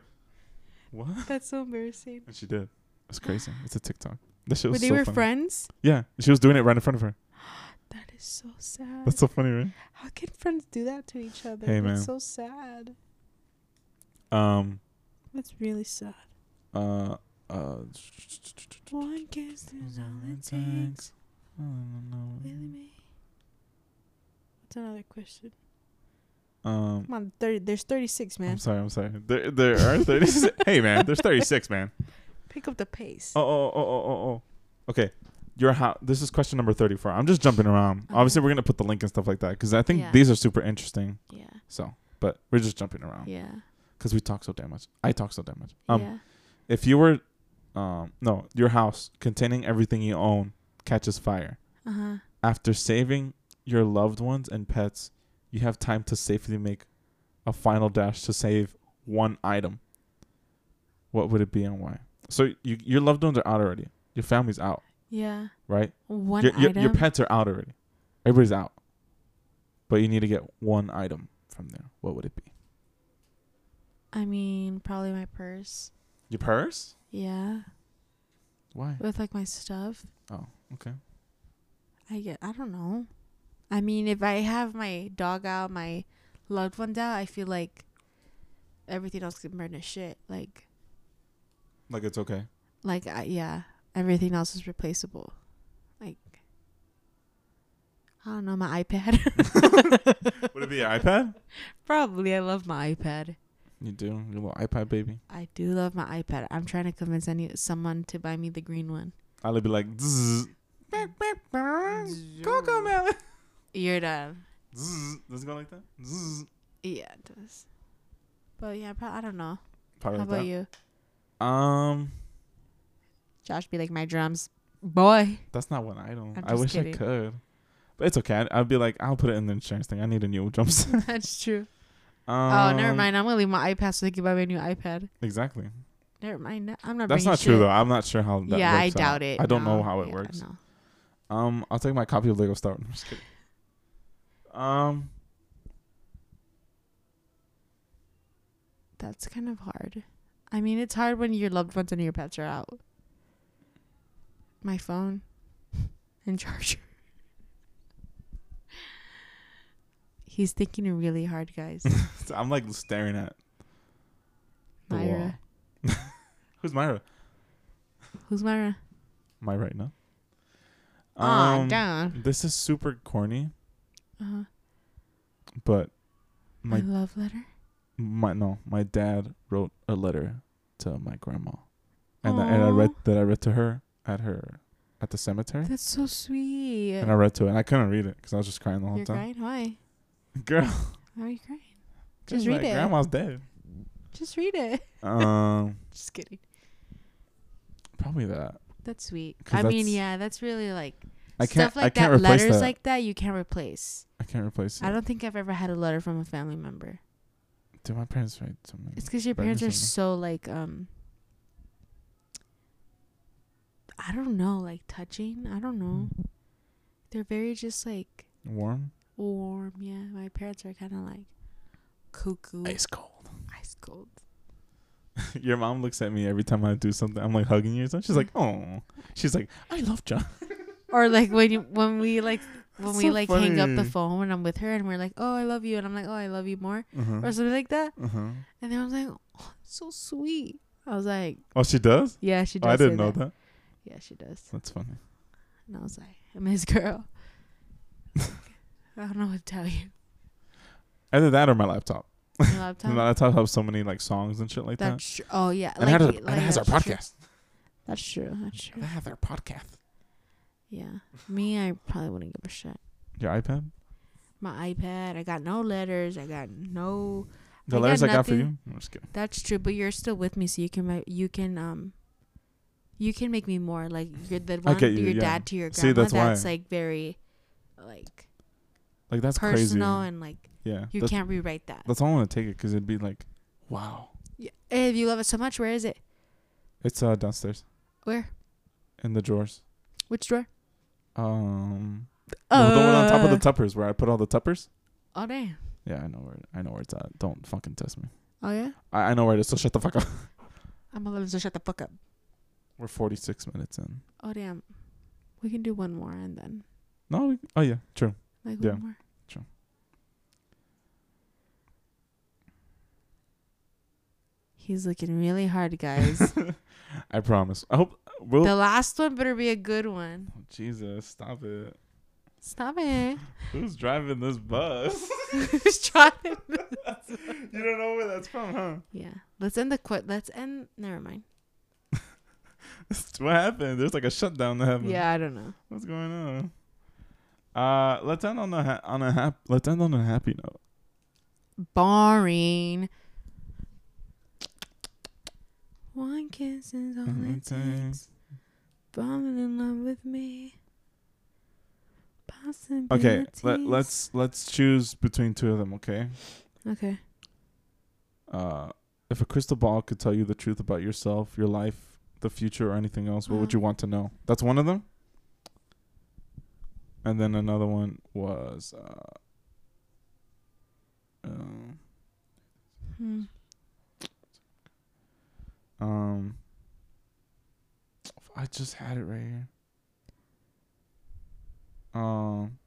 [SPEAKER 2] what?
[SPEAKER 1] That's so embarrassing.
[SPEAKER 2] And she did. It's crazy. It's a TikTok. That shit
[SPEAKER 1] But
[SPEAKER 2] was
[SPEAKER 1] they
[SPEAKER 2] so
[SPEAKER 1] were
[SPEAKER 2] funny.
[SPEAKER 1] friends.
[SPEAKER 2] Yeah, she was doing it right in front of her.
[SPEAKER 1] That is so sad.
[SPEAKER 2] That's so funny, right?
[SPEAKER 1] How can friends do that to each other?
[SPEAKER 2] Hey,
[SPEAKER 1] That's
[SPEAKER 2] man.
[SPEAKER 1] so sad.
[SPEAKER 2] Um.
[SPEAKER 1] That's really sad.
[SPEAKER 2] Uh. Uh.
[SPEAKER 1] One kiss is all it takes.
[SPEAKER 2] Thanks. I don't know.
[SPEAKER 1] Really, me? What's another question?
[SPEAKER 2] Um.
[SPEAKER 1] Come on, 30, there's 36,
[SPEAKER 2] I'm
[SPEAKER 1] man.
[SPEAKER 2] sorry. I'm sorry. There, there are 36. hey, man. There's 36, man.
[SPEAKER 1] Pick up the pace.
[SPEAKER 2] Oh, oh, oh, oh, oh, oh. Okay. Your house. This is question number 34. I'm just jumping around. Obviously,
[SPEAKER 1] Okay.
[SPEAKER 2] we're going to put the link and stuff like that because I think
[SPEAKER 1] Yeah.
[SPEAKER 2] these are super interesting.
[SPEAKER 1] Yeah.
[SPEAKER 2] So, but we're just jumping around
[SPEAKER 1] Yeah.
[SPEAKER 2] because we talk so damn much. I talk so damn much. Um,
[SPEAKER 1] yeah.
[SPEAKER 2] If you were, um, no, your house containing everything you own catches fire.
[SPEAKER 1] Uh huh.
[SPEAKER 2] After saving your loved ones and pets, you have time to safely make a final dash to save one item. What would it be and why? So you, your loved ones are out already. Your family's out,
[SPEAKER 1] Yeah.
[SPEAKER 2] right?
[SPEAKER 1] One
[SPEAKER 2] your, your,
[SPEAKER 1] item.
[SPEAKER 2] your pets are out already. Everybody's out. But you need to get one item from there. What would it be?
[SPEAKER 1] I mean, probably my purse.
[SPEAKER 2] Your purse?
[SPEAKER 1] Yeah.
[SPEAKER 2] Why?
[SPEAKER 1] With like my stuff.
[SPEAKER 2] Oh, okay.
[SPEAKER 1] I get. I don't know. I mean, if I have my dog out, my loved ones out, I feel like everything else can burn to shit. Like,
[SPEAKER 2] Like it's okay.
[SPEAKER 1] like I, yeah, everything else is replaceable. Like, I don't know my iPad.
[SPEAKER 2] Would it be an iPad?
[SPEAKER 1] Probably, I love my iPad.
[SPEAKER 2] You do. Your little iPad baby.
[SPEAKER 1] I do love my iPad. I'm trying to convince any someone to buy me the green one.
[SPEAKER 2] I'll be like, "Zzz, Coco Melon.
[SPEAKER 1] You're done.
[SPEAKER 2] Zzz. Does it go like that? Zzz.
[SPEAKER 1] Yeah, it does. But yeah, pro- I don't know.
[SPEAKER 2] Probably
[SPEAKER 1] How
[SPEAKER 2] like
[SPEAKER 1] about you?
[SPEAKER 2] that. Um,
[SPEAKER 1] Josh be like my drums, boy.
[SPEAKER 2] that's not one item.
[SPEAKER 1] I'm
[SPEAKER 2] I
[SPEAKER 1] just
[SPEAKER 2] wish I
[SPEAKER 1] kidding.
[SPEAKER 2] could, but it's okay. I'd, I'd be like, I'll put it in the insurance thing. I need a new drum set.
[SPEAKER 1] That's true.
[SPEAKER 2] Um,
[SPEAKER 1] oh, never mind. I'm gonna leave my iPad so they can buy me a new iPad.
[SPEAKER 2] Exactly.
[SPEAKER 1] Never mind. I'm not.
[SPEAKER 2] That's
[SPEAKER 1] bringing
[SPEAKER 2] not true
[SPEAKER 1] shit.
[SPEAKER 2] though. I'm not sure how. That
[SPEAKER 1] yeah, I
[SPEAKER 2] works out.
[SPEAKER 1] doubt it.
[SPEAKER 2] I don't
[SPEAKER 1] No.
[SPEAKER 2] know how it
[SPEAKER 1] Yeah,
[SPEAKER 2] works.
[SPEAKER 1] no.
[SPEAKER 2] Um, I'll take my copy of Lego Star. Wars. I'm just kidding. Um,
[SPEAKER 1] That's kind of hard. I mean, it's hard when your loved ones and your pets are out. My phone and charger. He's thinking really hard, guys.
[SPEAKER 2] I'm like staring at the wall.
[SPEAKER 1] Myra.
[SPEAKER 2] Who's Myra?
[SPEAKER 1] Who's Myra?
[SPEAKER 2] Am I right now? Um,
[SPEAKER 1] Aw, down.
[SPEAKER 2] This is super corny,
[SPEAKER 1] Uh,
[SPEAKER 2] but
[SPEAKER 1] my
[SPEAKER 2] my
[SPEAKER 1] Uh-huh. love letter.
[SPEAKER 2] my no, my dad wrote a letter to my grandma, and, I, and I
[SPEAKER 1] Aw.
[SPEAKER 2] read that I read to her at her at the cemetery,
[SPEAKER 1] That's so sweet.
[SPEAKER 2] and I read to it, and I couldn't read it because I was just crying the whole
[SPEAKER 1] You're
[SPEAKER 2] time.
[SPEAKER 1] crying? Why?
[SPEAKER 2] Girl,
[SPEAKER 1] Why are you crying?
[SPEAKER 2] 'cause
[SPEAKER 1] Just
[SPEAKER 2] my
[SPEAKER 1] read it.
[SPEAKER 2] Grandma's dead.
[SPEAKER 1] Just read it.
[SPEAKER 2] um,
[SPEAKER 1] Just kidding.
[SPEAKER 2] probably that.
[SPEAKER 1] That's sweet.
[SPEAKER 2] 'Cause
[SPEAKER 1] I mean,
[SPEAKER 2] that's-
[SPEAKER 1] yeah, that's really like
[SPEAKER 2] I can't.
[SPEAKER 1] stuff like
[SPEAKER 2] I can't
[SPEAKER 1] that.
[SPEAKER 2] replace
[SPEAKER 1] Letters
[SPEAKER 2] that.
[SPEAKER 1] like that you can't replace.
[SPEAKER 2] I can't replace it.
[SPEAKER 1] I don't think I've ever had a letter from a family member.
[SPEAKER 2] Did my parents write something?
[SPEAKER 1] It's because your
[SPEAKER 2] Better
[SPEAKER 1] parents are
[SPEAKER 2] something.
[SPEAKER 1] so like um. I don't know, like touching. I don't know.
[SPEAKER 2] Mm-hmm.
[SPEAKER 1] They're very just like
[SPEAKER 2] Warm.
[SPEAKER 1] warm. Yeah, my parents are kind of like cuckoo, ice,
[SPEAKER 2] cold.
[SPEAKER 1] cold.
[SPEAKER 2] Your mom looks at me every time I do something. I'm like hugging you or something. She's like, oh. She's like, I love John.
[SPEAKER 1] Or like when you when we like when
[SPEAKER 2] That's
[SPEAKER 1] we
[SPEAKER 2] so
[SPEAKER 1] like hang up the
[SPEAKER 2] funny.
[SPEAKER 1] phone and I'm with her and we're like, oh, I love you, and I'm like, oh, I love you more,
[SPEAKER 2] Uh-huh.
[SPEAKER 1] or something like that.
[SPEAKER 2] Uh-huh.
[SPEAKER 1] And then I was like, oh, so sweet. I was like,
[SPEAKER 2] Oh, she does.
[SPEAKER 1] yeah, she
[SPEAKER 2] Oh,
[SPEAKER 1] does.
[SPEAKER 2] I didn't
[SPEAKER 1] say
[SPEAKER 2] know
[SPEAKER 1] that.
[SPEAKER 2] that.
[SPEAKER 1] Yeah, she does.
[SPEAKER 2] That's funny.
[SPEAKER 1] And I was like, I'm his girl. I don't know what to tell you.
[SPEAKER 2] Either that or my laptop.
[SPEAKER 1] Your laptop.
[SPEAKER 2] My laptop has so many like songs and shit like that.
[SPEAKER 1] that's true. Oh yeah,
[SPEAKER 2] And it has,
[SPEAKER 1] it-
[SPEAKER 2] and it has our
[SPEAKER 1] that's true.
[SPEAKER 2] podcast.
[SPEAKER 1] That's true. That's true.
[SPEAKER 2] It has our podcast.
[SPEAKER 1] Yeah, me, I probably wouldn't give a shit.
[SPEAKER 2] Your iPad.
[SPEAKER 1] My iPad. I got no letters. I got no.
[SPEAKER 2] The
[SPEAKER 1] I got
[SPEAKER 2] letters I got for you.
[SPEAKER 1] nothing.
[SPEAKER 2] I'm just kidding.
[SPEAKER 1] That's true. But you're still with me, so you can ma- you can um. You can make me more like you're the one
[SPEAKER 2] get you,
[SPEAKER 1] your
[SPEAKER 2] yeah.
[SPEAKER 1] dad to your grandma.
[SPEAKER 2] See, that's why.
[SPEAKER 1] like very, like
[SPEAKER 2] Like that's
[SPEAKER 1] personal
[SPEAKER 2] crazy.
[SPEAKER 1] and like
[SPEAKER 2] Yeah.
[SPEAKER 1] you
[SPEAKER 2] that's,
[SPEAKER 1] can't rewrite that.
[SPEAKER 2] that's all I want to take it because it'd be like, wow.
[SPEAKER 1] Yeah. If you love it so much, where is it?
[SPEAKER 2] It's uh downstairs
[SPEAKER 1] Where?
[SPEAKER 2] in the drawers.
[SPEAKER 1] Which drawer?
[SPEAKER 2] Um. the- the one on
[SPEAKER 1] uh,
[SPEAKER 2] top of the tuppers where I put all the tuppers.
[SPEAKER 1] Oh damn.
[SPEAKER 2] Yeah, I know where I know where it's at. Don't fucking test me.
[SPEAKER 1] Oh yeah.
[SPEAKER 2] I, I know where it is. So shut the fuck up.
[SPEAKER 1] I'm gonna so shut the fuck up.
[SPEAKER 2] We're 46 minutes in.
[SPEAKER 1] Oh damn. We can do one more and then
[SPEAKER 2] No. We, oh yeah, true.
[SPEAKER 1] like
[SPEAKER 2] Yeah.
[SPEAKER 1] one more.
[SPEAKER 2] Sure.
[SPEAKER 1] He's looking really hard, guys.
[SPEAKER 2] I promise. I hope we'll. Oh,
[SPEAKER 1] the last one better be a good one.
[SPEAKER 2] Jesus, stop it.
[SPEAKER 1] Stop it.
[SPEAKER 2] Who's driving this bus?
[SPEAKER 1] Who's trying?
[SPEAKER 2] you don't know where that's from, huh?
[SPEAKER 1] Yeah. Let's end the quit. Let's end. Never mind.
[SPEAKER 2] what happened? There's like a shutdown that happened.
[SPEAKER 1] Yeah, I don't know.
[SPEAKER 2] What's going on? Uh, let's end on a ha- on a hap- let's end on a happy note.
[SPEAKER 1] Boring. One kiss is all
[SPEAKER 2] Mhm,
[SPEAKER 1] it takes. Falling in love with me.
[SPEAKER 2] Okay, let,
[SPEAKER 1] Possibilities.
[SPEAKER 2] let's let's choose between two of them. Okay.
[SPEAKER 1] Okay.
[SPEAKER 2] Uh, if a crystal ball could tell you the truth about yourself, your life, the future, or anything else, what would
[SPEAKER 1] Uh-huh.
[SPEAKER 2] you want to know? That's one of them. And then another one was. Uh, uh,
[SPEAKER 1] Hmm.
[SPEAKER 2] um. I just had it right here. Um.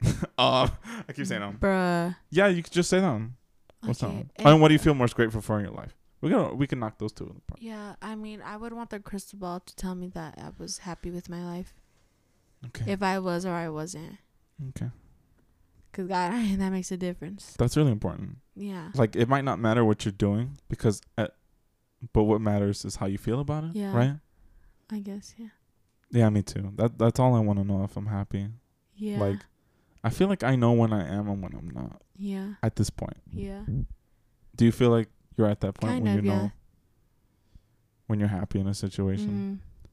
[SPEAKER 2] uh, I keep saying um.
[SPEAKER 1] Bruh.
[SPEAKER 2] Yeah, you could just say them. What's that
[SPEAKER 1] Okay.
[SPEAKER 2] one? And what do you
[SPEAKER 1] Eh,
[SPEAKER 2] feel most grateful for in your life? We got we can knock those two apart.
[SPEAKER 1] Yeah, I mean, I would want the crystal ball to tell me that I was happy with my life.
[SPEAKER 2] Okay.
[SPEAKER 1] If I was or I wasn't.
[SPEAKER 2] Okay.
[SPEAKER 1] Because, God, that makes a difference.
[SPEAKER 2] That's really important.
[SPEAKER 1] Yeah.
[SPEAKER 2] like it might not matter what you're doing because at, but what matters is how you feel about it
[SPEAKER 1] Yeah.
[SPEAKER 2] right
[SPEAKER 1] I guess, yeah.
[SPEAKER 2] yeah me too that that's all i want to know if i'm happy
[SPEAKER 1] Yeah.
[SPEAKER 2] like i feel like i know when i am and when i'm not
[SPEAKER 1] yeah.
[SPEAKER 2] at this point
[SPEAKER 1] Yeah.
[SPEAKER 2] do you feel like you're at that point
[SPEAKER 1] Kind
[SPEAKER 2] when
[SPEAKER 1] of,
[SPEAKER 2] you
[SPEAKER 1] yeah.
[SPEAKER 2] know when you're happy in a situation
[SPEAKER 1] Mm.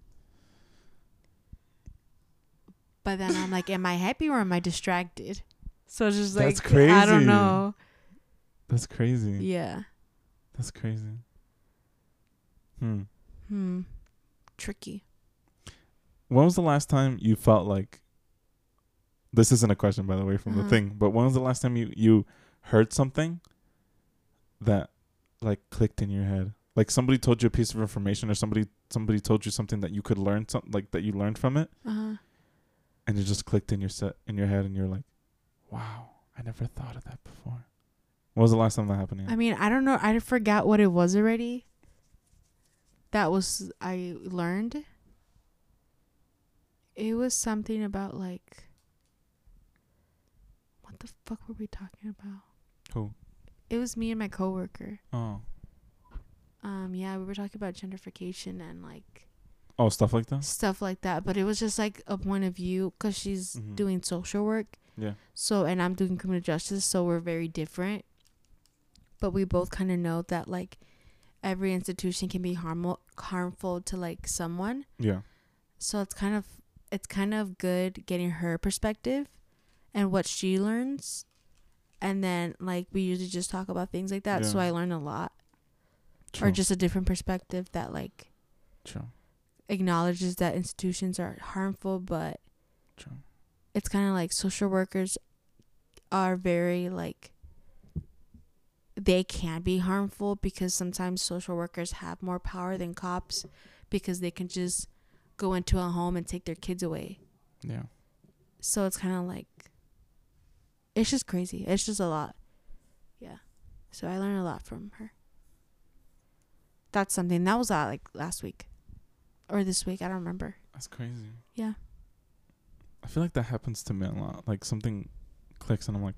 [SPEAKER 1] But then I'm like, am I happy or am I distracted? So it's just like
[SPEAKER 2] That's
[SPEAKER 1] I
[SPEAKER 2] crazy.
[SPEAKER 1] don't know.
[SPEAKER 2] that's crazy
[SPEAKER 1] Yeah.
[SPEAKER 2] that's crazy hmm
[SPEAKER 1] Hmm. Tricky.
[SPEAKER 2] when was the last time you felt like this isn't a question by the way from the
[SPEAKER 1] Uh-huh.
[SPEAKER 2] thing but when was the last time you you heard something that like clicked in your head like somebody told you a piece of information or somebody somebody told you something that you could learn something like that you learned from it
[SPEAKER 1] Uh
[SPEAKER 2] and it just clicked in your set in your head and you're like wow i never thought of that before when was the last time that happened to you?
[SPEAKER 1] I mean, I don't know. I forgot what it was already. That was I learned. It was something about like what the fuck were we talking about?
[SPEAKER 2] Who?
[SPEAKER 1] It was me and my coworker.
[SPEAKER 2] Oh.
[SPEAKER 1] Um, yeah, we were talking about gentrification and like
[SPEAKER 2] Oh, stuff like that?
[SPEAKER 1] stuff like that, but it was just like a point of view because she's
[SPEAKER 2] Mhm.
[SPEAKER 1] doing social work.
[SPEAKER 2] Yeah.
[SPEAKER 1] So, and I'm doing criminal justice, so we're very different. But we both kind of know that like every institution can be harmful harmful to like someone.
[SPEAKER 2] Yeah.
[SPEAKER 1] So it's kind of it's kind of good getting her perspective and what she learns. And then like we usually just talk about things like that, so
[SPEAKER 2] Yeah.
[SPEAKER 1] I learn a lot
[SPEAKER 2] True.
[SPEAKER 1] or just a different perspective that like
[SPEAKER 2] True.
[SPEAKER 1] acknowledges that institutions are harmful, but
[SPEAKER 2] True.
[SPEAKER 1] it's kind of like social workers are very like they can be harmful because sometimes social workers have more power than cops because they can just go into a home and take their kids away.
[SPEAKER 2] Yeah.
[SPEAKER 1] So it's kind of like it's just crazy. It's just a lot. Yeah. So I learned a lot from her. That's something that was uh, like last week or this week, I don't remember.
[SPEAKER 2] That's crazy.
[SPEAKER 1] Yeah.
[SPEAKER 2] I feel like that happens to me a lot. Like something clicks and I'm like,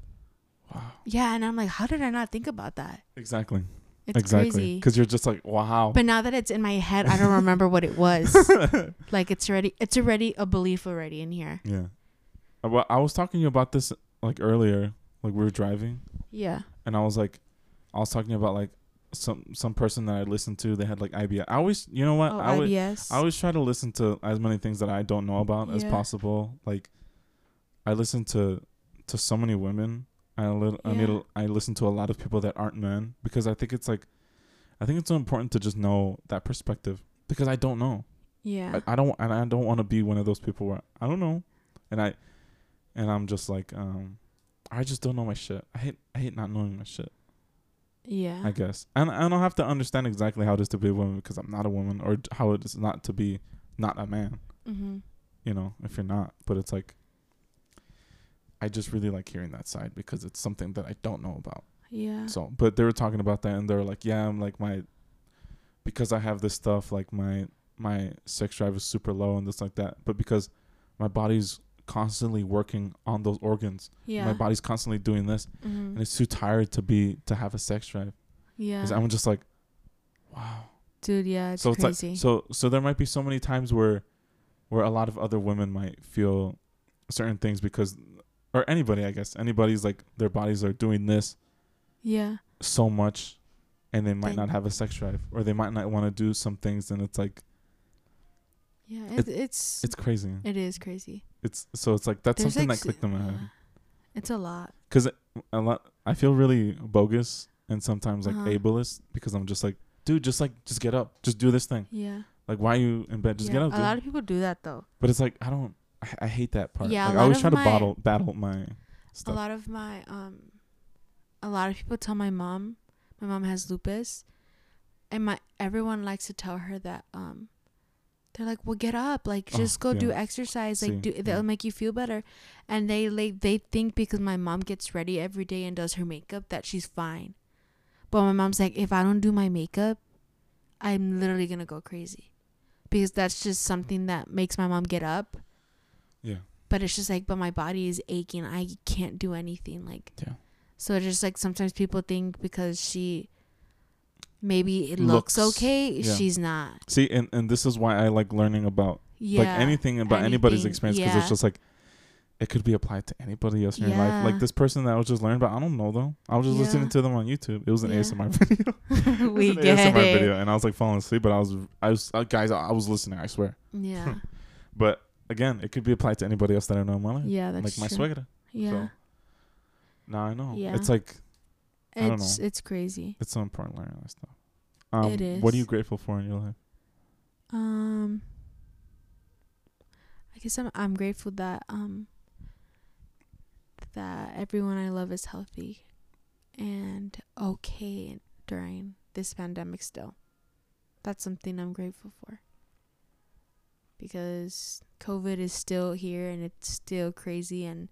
[SPEAKER 2] wow.
[SPEAKER 1] Yeah, and I'm like, how did I not think about that?
[SPEAKER 2] Exactly.
[SPEAKER 1] It's
[SPEAKER 2] exactly.
[SPEAKER 1] crazy.
[SPEAKER 2] Because you're just like, wow.
[SPEAKER 1] But now that it's in my head, I don't remember what it was. like it's already it's already a belief already in here.
[SPEAKER 2] yeah. Uh, Well, I was talking to you about this like earlier. Like we were driving
[SPEAKER 1] Yeah.
[SPEAKER 2] and I was like, I was talking about like some some person that I listened to. They had like IBS. I always, you know what?
[SPEAKER 1] oh,
[SPEAKER 2] I always,
[SPEAKER 1] IBS.
[SPEAKER 2] I always try to listen to as many things that I don't know about as
[SPEAKER 1] Yeah.
[SPEAKER 2] possible. Like, I listen to to so many women. I li- I
[SPEAKER 1] Yeah.
[SPEAKER 2] need a- I listen to a lot of people that aren't men because I think it's like, I think it's so important to just know that perspective because I don't know.
[SPEAKER 1] yeah.
[SPEAKER 2] I, I don't and I don't want to be one of those people where I don't know, and I, and I'm just like um, I just don't know my shit. I hate I hate not knowing my shit.
[SPEAKER 1] yeah.
[SPEAKER 2] I guess. And I don't have to understand exactly how it is to be a woman because I'm not a woman or t- how it is not to be not a man,
[SPEAKER 1] mm-hmm.
[SPEAKER 2] you know, if you're not. But it's like I just really like hearing that side because it's something that I don't know about.
[SPEAKER 1] Yeah.
[SPEAKER 2] So, but they were talking about that and they were like, "Yeah, I'm like my because I have this stuff like my my sex drive is super low and this like that, but because my body's constantly working on those organs.
[SPEAKER 1] yeah.
[SPEAKER 2] My body's constantly doing this
[SPEAKER 1] mm-hmm.
[SPEAKER 2] and it's too tired to be to have a sex drive."
[SPEAKER 1] Yeah.
[SPEAKER 2] Because I'm just like, wow.
[SPEAKER 1] Dude, yeah, it's
[SPEAKER 2] so it's
[SPEAKER 1] crazy.
[SPEAKER 2] like so so there might be so many times where where a lot of other women might feel certain things because or anybody I guess anybody's like their bodies are doing this
[SPEAKER 1] yeah.
[SPEAKER 2] so much and they might
[SPEAKER 1] Thank-
[SPEAKER 2] not have a sex drive or they might not want to do some things and it's like
[SPEAKER 1] Yeah.
[SPEAKER 2] It-
[SPEAKER 1] It, it's
[SPEAKER 2] it's crazy.
[SPEAKER 1] it is crazy.
[SPEAKER 2] It's so it's like that's
[SPEAKER 1] There's,
[SPEAKER 2] something
[SPEAKER 1] like,
[SPEAKER 2] that clicked in my head
[SPEAKER 1] yeah. It's a lot.
[SPEAKER 2] because a lot I feel really bogus and sometimes like
[SPEAKER 1] Uh-huh.
[SPEAKER 2] ableist because I'm just like dude just like just get up just do this thing
[SPEAKER 1] Yeah.
[SPEAKER 2] like why are you in bed just
[SPEAKER 1] yeah.
[SPEAKER 2] get up
[SPEAKER 1] A
[SPEAKER 2] dude.
[SPEAKER 1] lot of people do that though.
[SPEAKER 2] But it's like I don't. I, I hate that part.
[SPEAKER 1] Yeah, a
[SPEAKER 2] like, I
[SPEAKER 1] lot
[SPEAKER 2] always
[SPEAKER 1] of
[SPEAKER 2] try to
[SPEAKER 1] my-
[SPEAKER 2] bottle battle my
[SPEAKER 1] A
[SPEAKER 2] stuff.
[SPEAKER 1] lot of my um a lot of people tell my mom, my mom has lupus, and my everyone likes to tell her that um they're like, "Well, get up. Like
[SPEAKER 2] Oh,
[SPEAKER 1] just go do
[SPEAKER 2] yeah.
[SPEAKER 1] exercise.
[SPEAKER 2] See,
[SPEAKER 1] Like do that'll
[SPEAKER 2] yeah.
[SPEAKER 1] make you feel better." And they like they think because my mom gets ready every day and does her makeup that she's fine. But my mom's like, "If I don't do my makeup, I'm literally going to go crazy." Because that's just something that makes my mom get up
[SPEAKER 2] Yeah,
[SPEAKER 1] but it's just like but my body is aching i can't do anything like
[SPEAKER 2] Yeah.
[SPEAKER 1] so it's just like sometimes people think because she maybe it looks,
[SPEAKER 2] Looks,
[SPEAKER 1] okay
[SPEAKER 2] yeah.
[SPEAKER 1] she's not
[SPEAKER 2] see, and and this is why I like learning about
[SPEAKER 1] yeah
[SPEAKER 2] like anything about anybody's
[SPEAKER 1] anything,
[SPEAKER 2] experience because
[SPEAKER 1] yeah.
[SPEAKER 2] it's just like it could be applied to anybody else in your life.
[SPEAKER 1] Yeah.
[SPEAKER 2] Like this person that I was just learning about, I don't know though. I was just
[SPEAKER 1] Yeah.
[SPEAKER 2] listening to them on YouTube. It was an
[SPEAKER 1] Yeah.
[SPEAKER 2] ASMR video. It was
[SPEAKER 1] we
[SPEAKER 2] an
[SPEAKER 1] get it
[SPEAKER 2] video, and I was like falling asleep, but I was I was uh, guys, I, I was listening. I swear.
[SPEAKER 1] yeah
[SPEAKER 2] But again, it could be applied to anybody else that I know in my life.
[SPEAKER 1] yeah that's
[SPEAKER 2] like my
[SPEAKER 1] true.
[SPEAKER 2] suegra.
[SPEAKER 1] yeah
[SPEAKER 2] So now I know.
[SPEAKER 1] Yeah.
[SPEAKER 2] It's like I don't
[SPEAKER 1] it's
[SPEAKER 2] know.
[SPEAKER 1] it's crazy
[SPEAKER 2] It's so important learning that stuff. Um,
[SPEAKER 1] It
[SPEAKER 2] What are you
[SPEAKER 1] is.
[SPEAKER 2] grateful for in your life?
[SPEAKER 1] um i guess i'm i'm grateful that um that everyone i love is healthy and okay during this pandemic still that's something i'm grateful for because covid is still here and it's still crazy and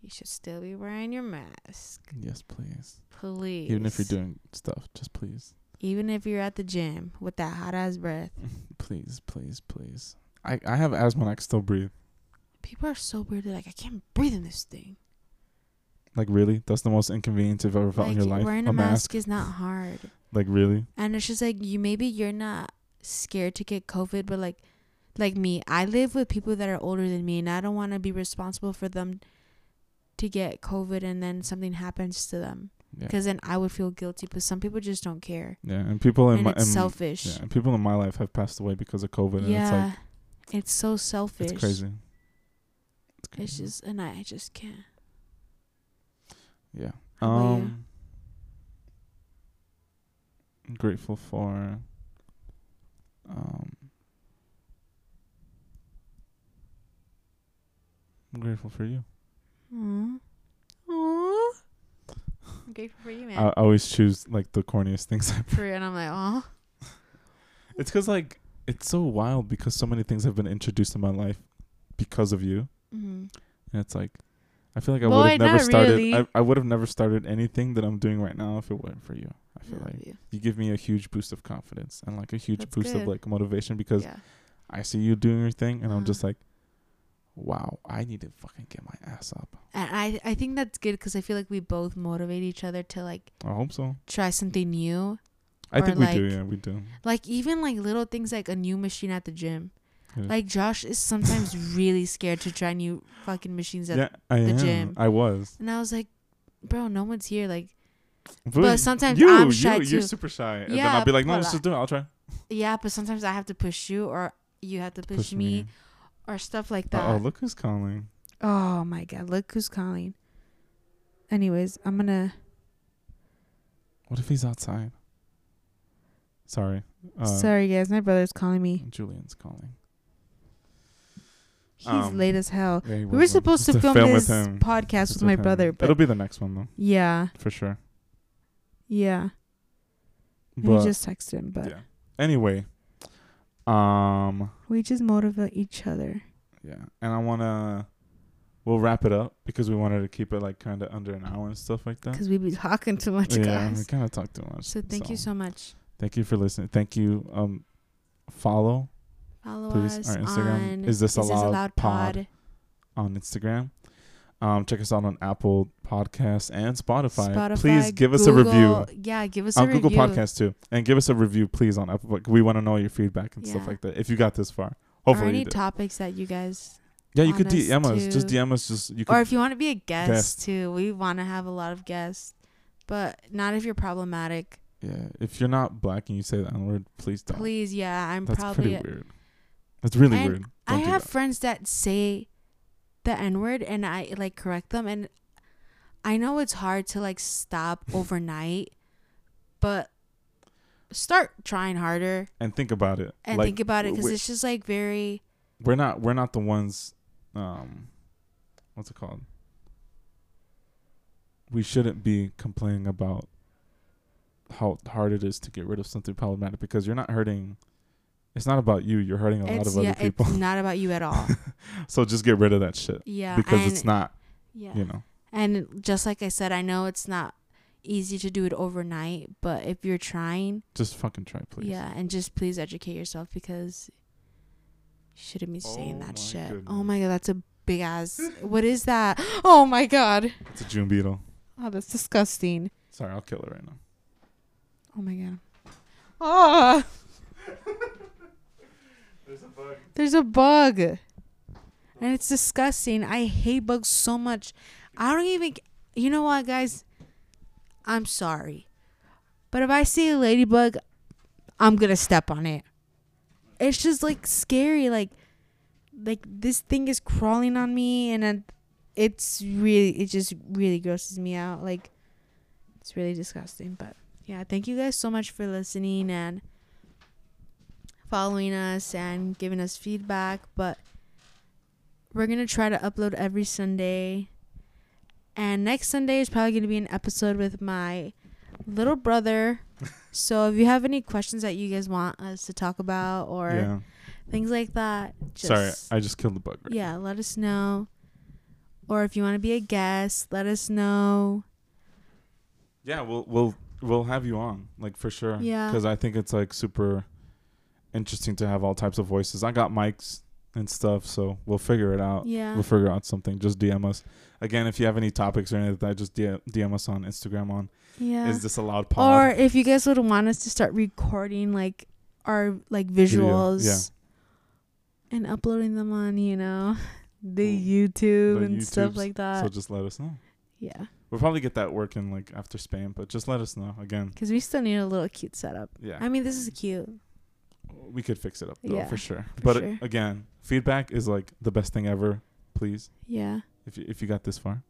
[SPEAKER 1] you should still be wearing your mask
[SPEAKER 2] Yes, please.
[SPEAKER 1] please
[SPEAKER 2] Even if you're doing stuff, just please,
[SPEAKER 1] even if you're at the gym with that hot ass breath
[SPEAKER 2] please, please, please. I I have asthma and I can still breathe.
[SPEAKER 1] people are so weird. They're like, I can't breathe in this thing.
[SPEAKER 2] Like really? That's the most inconvenience I've ever felt
[SPEAKER 1] like
[SPEAKER 2] in your life.
[SPEAKER 1] wearing a, mask, is not hard.
[SPEAKER 2] Like really?
[SPEAKER 1] And it's just like you maybe you're not scared to get COVID, but like like me, I live with people that are older than me and I don't want to be responsible for them to get COVID and then something happens to them.
[SPEAKER 2] Yeah.
[SPEAKER 1] Because then I would feel guilty, but some people just don't care.
[SPEAKER 2] Yeah. And people in
[SPEAKER 1] and
[SPEAKER 2] my
[SPEAKER 1] it's
[SPEAKER 2] in-
[SPEAKER 1] selfish.
[SPEAKER 2] yeah, and people in my life have passed away because of COVID, and it's
[SPEAKER 1] Yeah.
[SPEAKER 2] like
[SPEAKER 1] it's, so selfish.
[SPEAKER 2] it's crazy. It's
[SPEAKER 1] It's just, and I just can't.
[SPEAKER 2] Yeah.
[SPEAKER 1] How about you?
[SPEAKER 2] Um I'm grateful for um I'm grateful for you.
[SPEAKER 1] Aww. Aww. I'm grateful for you, man.
[SPEAKER 2] I, I always choose like the corniest things.
[SPEAKER 1] for you, and I'm like, oh.
[SPEAKER 2] it's cuz like it's so wild because so many things have been introduced in my life because of you.
[SPEAKER 1] Mm-hmm.
[SPEAKER 2] And it's like I feel like I
[SPEAKER 1] Boy,
[SPEAKER 2] would have never
[SPEAKER 1] not
[SPEAKER 2] started
[SPEAKER 1] really.
[SPEAKER 2] I, I would have never started anything that I'm doing right now if it weren't for you. I feel like
[SPEAKER 1] you.
[SPEAKER 2] you give me a huge boost of confidence and like a huge
[SPEAKER 1] That's
[SPEAKER 2] boost of
[SPEAKER 1] good.
[SPEAKER 2] like motivation because
[SPEAKER 1] Yeah.
[SPEAKER 2] I see you doing your thing and I'm
[SPEAKER 1] Uh-huh.
[SPEAKER 2] just like, wow, I need to fucking get my ass up.
[SPEAKER 1] And I, I think that's good because I feel like we both motivate each other to like
[SPEAKER 2] I hope so.
[SPEAKER 1] try something new.
[SPEAKER 2] I
[SPEAKER 1] Or,
[SPEAKER 2] think we do.
[SPEAKER 1] like,
[SPEAKER 2] Yeah, we do.
[SPEAKER 1] Like even like little things like a new machine at the gym.
[SPEAKER 2] Yeah.
[SPEAKER 1] Like Josh is sometimes really scared to try new fucking machines at
[SPEAKER 2] Yeah, I
[SPEAKER 1] the
[SPEAKER 2] am.
[SPEAKER 1] gym.
[SPEAKER 2] I was.
[SPEAKER 1] and I was like, Bro, no one's here. Like
[SPEAKER 2] But,
[SPEAKER 1] sometimes
[SPEAKER 2] you,
[SPEAKER 1] I'm shy
[SPEAKER 2] you, You're
[SPEAKER 1] too.
[SPEAKER 2] super shy. And then
[SPEAKER 1] Yeah,
[SPEAKER 2] I'll be like, no,
[SPEAKER 1] but
[SPEAKER 2] let's
[SPEAKER 1] I-
[SPEAKER 2] just do it. I'll try.
[SPEAKER 1] yeah, but sometimes I have to push you or you have to push, me, or stuff like that.
[SPEAKER 2] Oh, look who's calling.
[SPEAKER 1] Oh my god, look who's calling. Anyways, I'm gonna
[SPEAKER 2] What if he's outside? Sorry. Uh,
[SPEAKER 1] sorry guys, my brother's calling me.
[SPEAKER 2] Julian's calling.
[SPEAKER 1] He's
[SPEAKER 2] um,
[SPEAKER 1] late as hell.
[SPEAKER 2] Yeah, he
[SPEAKER 1] We were
[SPEAKER 2] was on-
[SPEAKER 1] supposed to
[SPEAKER 2] it's a
[SPEAKER 1] film,
[SPEAKER 2] with
[SPEAKER 1] this
[SPEAKER 2] him.
[SPEAKER 1] podcast
[SPEAKER 2] It's
[SPEAKER 1] with my
[SPEAKER 2] him.
[SPEAKER 1] brother, but
[SPEAKER 2] It'll be the next one though,
[SPEAKER 1] yeah,
[SPEAKER 2] for sure.
[SPEAKER 1] yeah. And
[SPEAKER 2] But
[SPEAKER 1] we just texted him, but
[SPEAKER 2] yeah. Anyway, um,
[SPEAKER 1] we just motivate each other.
[SPEAKER 2] Yeah, and I wanna we'll wrap it up because we wanted to keep it like kind of under an hour and stuff like that.
[SPEAKER 1] because we be talking too much,
[SPEAKER 2] yeah, we
[SPEAKER 1] guys.
[SPEAKER 2] kind of talked too much.
[SPEAKER 1] So thank you so much.
[SPEAKER 2] Thank you for listening. Thank you. Um, follow
[SPEAKER 1] Follow
[SPEAKER 2] Please,
[SPEAKER 1] us
[SPEAKER 2] our Instagram,
[SPEAKER 1] on
[SPEAKER 2] Is This Allowed Pod.
[SPEAKER 1] Pod,
[SPEAKER 2] on Instagram. Um, check us out on Apple Podcasts and Spotify.
[SPEAKER 1] Spotify.
[SPEAKER 2] please give us a review
[SPEAKER 1] Google- Yeah, give us
[SPEAKER 2] on
[SPEAKER 1] a
[SPEAKER 2] Google
[SPEAKER 1] review.
[SPEAKER 2] Podcasts too, and give us a review, please, on Apple. Like, we want to know your feedback and stuff
[SPEAKER 1] Yeah.
[SPEAKER 2] like that. If you got this far,
[SPEAKER 1] Or
[SPEAKER 2] hopefully
[SPEAKER 1] any
[SPEAKER 2] you did.
[SPEAKER 1] topics that you guys,
[SPEAKER 2] yeah, you could
[SPEAKER 1] on us
[SPEAKER 2] DM us. Just
[SPEAKER 1] too.
[SPEAKER 2] DM us. Just you
[SPEAKER 1] or
[SPEAKER 2] could.
[SPEAKER 1] if you want to be a guest,
[SPEAKER 2] Guest.
[SPEAKER 1] too, we want to have a lot of guests, but not if you're problematic.
[SPEAKER 2] yeah, if you're not black and you say the N word, please don't.
[SPEAKER 1] Please, yeah, I'm
[SPEAKER 2] That's
[SPEAKER 1] probably.
[SPEAKER 2] pretty weird. That's really
[SPEAKER 1] And
[SPEAKER 2] weird.
[SPEAKER 1] I
[SPEAKER 2] Don't do
[SPEAKER 1] have
[SPEAKER 2] that.
[SPEAKER 1] friends that say the N word and I like correct them and I know it's hard to like stop overnight, but start trying harder
[SPEAKER 2] and think about it.
[SPEAKER 1] and
[SPEAKER 2] Like, uh,
[SPEAKER 1] think about it because
[SPEAKER 2] we-
[SPEAKER 1] it's just like very
[SPEAKER 2] we're not we're not the ones. Um, what's it called? We shouldn't be complaining about how hard it is to get rid of something problematic because you're not hurting. It's not about you. You're hurting a lot
[SPEAKER 1] it's
[SPEAKER 2] of
[SPEAKER 1] yeah,
[SPEAKER 2] other people.
[SPEAKER 1] it's not about you at all.
[SPEAKER 2] so just get rid of that shit
[SPEAKER 1] Yeah,
[SPEAKER 2] because
[SPEAKER 1] and,
[SPEAKER 2] it's not.
[SPEAKER 1] Yeah,
[SPEAKER 2] You know.
[SPEAKER 1] and just like I said, I know it's not easy to do it overnight, but if you're trying,
[SPEAKER 2] Just fucking try, please.
[SPEAKER 1] yeah, and just please educate yourself because you shouldn't be saying
[SPEAKER 2] Oh my
[SPEAKER 1] that shit. Oh
[SPEAKER 2] goodness.
[SPEAKER 1] my god, that's a big ass. what is that? Oh my god.
[SPEAKER 2] It's a June beetle.
[SPEAKER 1] Oh, that's disgusting.
[SPEAKER 2] Sorry, I'll kill it right now.
[SPEAKER 1] Oh my god. Oh,
[SPEAKER 2] There's a bug.
[SPEAKER 1] there's a bug. And it's disgusting. I hate bugs so much. I don't even You know what, guys? I'm sorry. But if I see a ladybug, I'm going to step on it. It's just like scary like like this thing is crawling on me and then it's really it just really grosses me out. Like it's really disgusting, but yeah, thank you guys so much for listening and following us and giving us feedback, but we're going to try to upload every Sunday. And next Sunday is probably going to be an episode with my little brother. so if you have any questions that you guys want us to talk about or
[SPEAKER 2] Yeah.
[SPEAKER 1] things like that, just
[SPEAKER 2] Sorry, I just killed the bug. Right
[SPEAKER 1] yeah, let us know. Or if you want to be a guest, let us know.
[SPEAKER 2] Yeah, we'll we'll we'll have you on like for sure.
[SPEAKER 1] Yeah.
[SPEAKER 2] because I think it's like super interesting to have all types of voices. I got Mike's and stuff. So we'll figure it out.
[SPEAKER 1] Yeah.
[SPEAKER 2] Oh, We'll figure out something. Just DM us. Again, if you have any topics or anything like that, just DM, DM us on Instagram on
[SPEAKER 1] Yeah.
[SPEAKER 2] Is This
[SPEAKER 1] Or
[SPEAKER 2] Allowed Pod.
[SPEAKER 1] if you guys would want us to start recording like our like
[SPEAKER 2] Video,
[SPEAKER 1] visuals
[SPEAKER 2] yeah.
[SPEAKER 1] and uploading them on, you know, the
[SPEAKER 2] Mm.
[SPEAKER 1] YouTube
[SPEAKER 2] The
[SPEAKER 1] and stuff
[SPEAKER 2] YouTubes.
[SPEAKER 1] like that.
[SPEAKER 2] so just let us know.
[SPEAKER 1] yeah.
[SPEAKER 2] We'll probably get that working like after Spain, but just let us know. Again,
[SPEAKER 1] Cuz we still need a little cute setup.
[SPEAKER 2] yeah.
[SPEAKER 1] I mean, this is cute.
[SPEAKER 2] we could fix it up though,
[SPEAKER 1] Yeah,
[SPEAKER 2] for sure.
[SPEAKER 1] for
[SPEAKER 2] but
[SPEAKER 1] sure.
[SPEAKER 2] again, feedback is like the best thing ever. Please,
[SPEAKER 1] Yeah.
[SPEAKER 2] if you, if you got this far.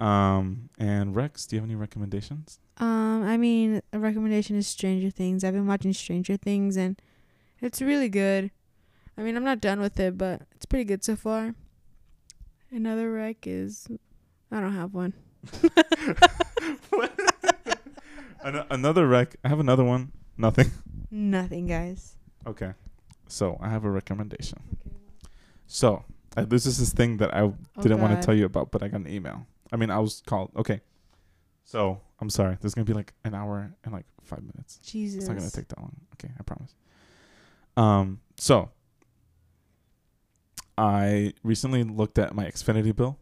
[SPEAKER 2] Um and Rex, do you have any recommendations?
[SPEAKER 1] Um, I mean, a recommendation is Stranger Things. I've been watching Stranger Things and it's really good. I mean, I'm not done with it, but it's pretty good so far. Another rec is I don't have one.
[SPEAKER 2] An- another rec. I have another one. Nothing.
[SPEAKER 1] Nothing, guys.
[SPEAKER 2] Okay. So I have a recommendation. So I, this is this thing that I didn't want to tell you about, but I got an email. I mean, I was called. Okay. So I'm sorry. There's gonna be like an hour and like five minutes.
[SPEAKER 1] Jesus.
[SPEAKER 2] It's not gonna take that long. Okay, I promise. Um, so I recently looked at my Xfinity bill,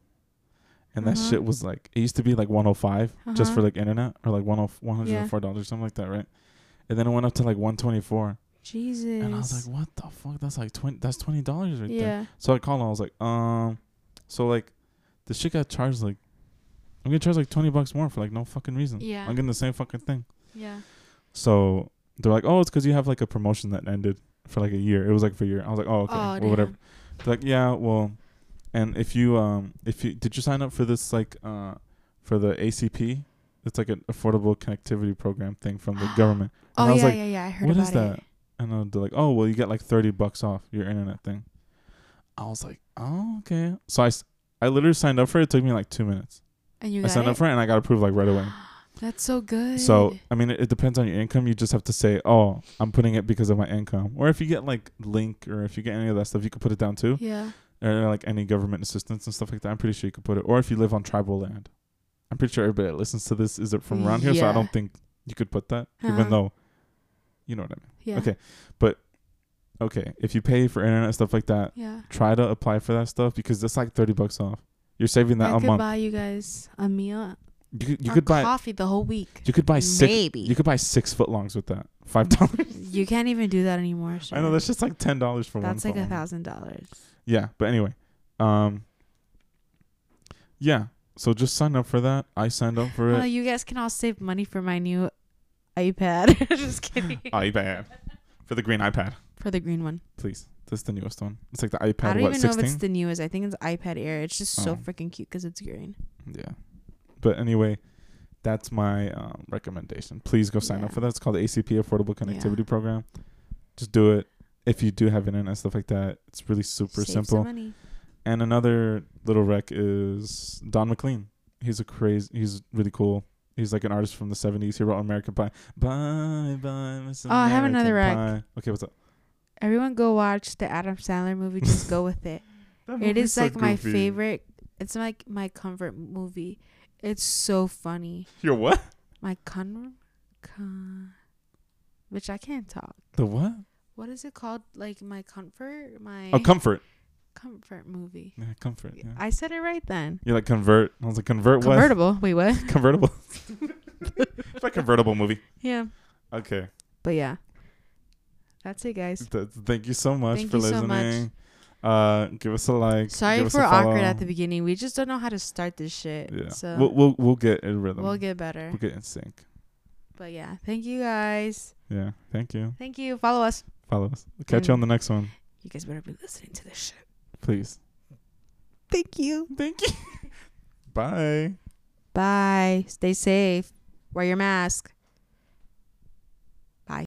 [SPEAKER 2] and that
[SPEAKER 1] Uh-huh.
[SPEAKER 2] shit was like it used to be like 105 just
[SPEAKER 1] Uh-huh.
[SPEAKER 2] for like internet or like oh, 10 104 dollars something like that, right? And then it went up to like 124,
[SPEAKER 1] Jesus.
[SPEAKER 2] and I was like, "What the fuck? That's like 20. That's twenty dollars right there."
[SPEAKER 1] yeah.
[SPEAKER 2] So I called and I was like, "Um, so like, the shit got charged like." I'm gonna charge like twenty bucks more for like no fucking reason.
[SPEAKER 1] Yeah.
[SPEAKER 2] I'm getting the same fucking thing.
[SPEAKER 1] Yeah.
[SPEAKER 2] So they're like, oh, it's because you have like a promotion that ended for like a year. It was like for a year. I was like, oh, okay, well, whatever. They're like, yeah, well, and if you um, if you did you sign up for this like uh, for the ACP? It's like an affordable connectivity program thing from the government. And
[SPEAKER 1] Oh
[SPEAKER 2] I was
[SPEAKER 1] yeah,
[SPEAKER 2] like,
[SPEAKER 1] yeah, yeah. I heard
[SPEAKER 2] What
[SPEAKER 1] about
[SPEAKER 2] is that?
[SPEAKER 1] it.
[SPEAKER 2] And uh, they're like, oh, well, you get like thirty bucks off your internet thing. I was like, oh, okay. So I, s- I literally signed up for it. It took me like two minutes.
[SPEAKER 1] And you
[SPEAKER 2] I
[SPEAKER 1] got
[SPEAKER 2] signed
[SPEAKER 1] it?
[SPEAKER 2] up for it and I got approved like right away.
[SPEAKER 1] That's so good.
[SPEAKER 2] So I mean, it, it depends on your income. You just have to say, "Oh, I'm putting it because of my income." Or if you get like Link, or if you get any of that stuff, you could put it down too,
[SPEAKER 1] yeah.
[SPEAKER 2] or like any government assistance and stuff like that. I'm pretty sure you could put it. Or if you live on tribal land, I'm pretty sure everybody that listens to this is from around here, so I
[SPEAKER 1] Yeah.
[SPEAKER 2] don't think you could put that,
[SPEAKER 1] Uh-huh.
[SPEAKER 2] even though, you know what I mean.
[SPEAKER 1] Yeah.
[SPEAKER 2] Okay. Okay, if you pay for internet and stuff like that,
[SPEAKER 1] Yeah.
[SPEAKER 2] try to apply for that stuff because it's like thirty bucks off. You're saving that
[SPEAKER 1] I
[SPEAKER 2] a
[SPEAKER 1] could
[SPEAKER 2] month.
[SPEAKER 1] buy you guys a meal.
[SPEAKER 2] you could, you
[SPEAKER 1] or
[SPEAKER 2] could buy
[SPEAKER 1] coffee the whole week.
[SPEAKER 2] you could buy six
[SPEAKER 1] Maybe.
[SPEAKER 2] you could buy six foot longs with that five dollars.
[SPEAKER 1] You can't even do that anymore.
[SPEAKER 2] I know
[SPEAKER 1] sir.
[SPEAKER 2] that's just like ten dollars for one.
[SPEAKER 1] That's like
[SPEAKER 2] phone.
[SPEAKER 1] a thousand dollars.
[SPEAKER 2] Yeah, but anyway, um, yeah. So just sign up for that. I signed up for
[SPEAKER 1] Oh,
[SPEAKER 2] it.
[SPEAKER 1] you guys can all save money for my new iPad. Just kidding.
[SPEAKER 2] iPad for the green iPad,
[SPEAKER 1] for the green one.
[SPEAKER 2] please. This is the newest one. It's like the
[SPEAKER 1] I
[SPEAKER 2] iPad.
[SPEAKER 1] don't
[SPEAKER 2] What
[SPEAKER 1] even know if
[SPEAKER 2] sixteen?
[SPEAKER 1] it's the newest. I think it's iPad Air. It's just
[SPEAKER 2] Oh.
[SPEAKER 1] so freaking cute because it's green.
[SPEAKER 2] yeah. But anyway, that's my um, recommendation. Please go sign up
[SPEAKER 1] Yeah.
[SPEAKER 2] for that. It's called the ACP Affordable Connectivity Program. Just do it. If you do have internet and stuff like that, it's really super
[SPEAKER 1] Save some
[SPEAKER 2] simple.
[SPEAKER 1] money.
[SPEAKER 2] And another little rec is Don McLean. He's a crazy. He's really cool. He's like an artist from the '70s. He wrote American Pie. Bye bye, Miss
[SPEAKER 1] Oh, I have
[SPEAKER 2] American
[SPEAKER 1] another rec.
[SPEAKER 2] Pie. Okay, what's up?
[SPEAKER 1] Everyone go watch the Adam Sandler movie. Just go with it. It is like my favorite. It's like my comfort movie. It's so funny.
[SPEAKER 2] Your what?
[SPEAKER 1] My con, con, which I can't talk.
[SPEAKER 2] The what?
[SPEAKER 1] What is it called? Like my comfort, my
[SPEAKER 2] Oh, comfort.
[SPEAKER 1] comfort movie.
[SPEAKER 2] Yeah, comfort. Yeah.
[SPEAKER 1] I said it right then.
[SPEAKER 2] You're like convert. I was like convert what?
[SPEAKER 1] Convertible. Wait, what?
[SPEAKER 2] Convertible. it's like convertible movie.
[SPEAKER 1] Yeah.
[SPEAKER 2] Okay.
[SPEAKER 1] But yeah, that's it, guys.
[SPEAKER 2] Th- thank you so much
[SPEAKER 1] Thank
[SPEAKER 2] for
[SPEAKER 1] you so
[SPEAKER 2] listening.
[SPEAKER 1] much.
[SPEAKER 2] Uh, give us a like.
[SPEAKER 1] Sorry
[SPEAKER 2] give us
[SPEAKER 1] for
[SPEAKER 2] a
[SPEAKER 1] awkward
[SPEAKER 2] follow.
[SPEAKER 1] at the beginning. We just don't know how to start this shit.
[SPEAKER 2] Yeah.
[SPEAKER 1] So
[SPEAKER 2] we'll,
[SPEAKER 1] we'll,
[SPEAKER 2] we'll we'll get in rhythm.
[SPEAKER 1] get better.
[SPEAKER 2] we'll get in sync.
[SPEAKER 1] But yeah, thank you guys.
[SPEAKER 2] Yeah. Thank you.
[SPEAKER 1] Thank you. Follow us.
[SPEAKER 2] Follow us. Catch you on the next one,
[SPEAKER 1] You guys better be listening to this shit.
[SPEAKER 2] please.
[SPEAKER 1] Thank you.
[SPEAKER 2] Thank you. Bye.
[SPEAKER 1] Bye. Stay safe. Wear your mask.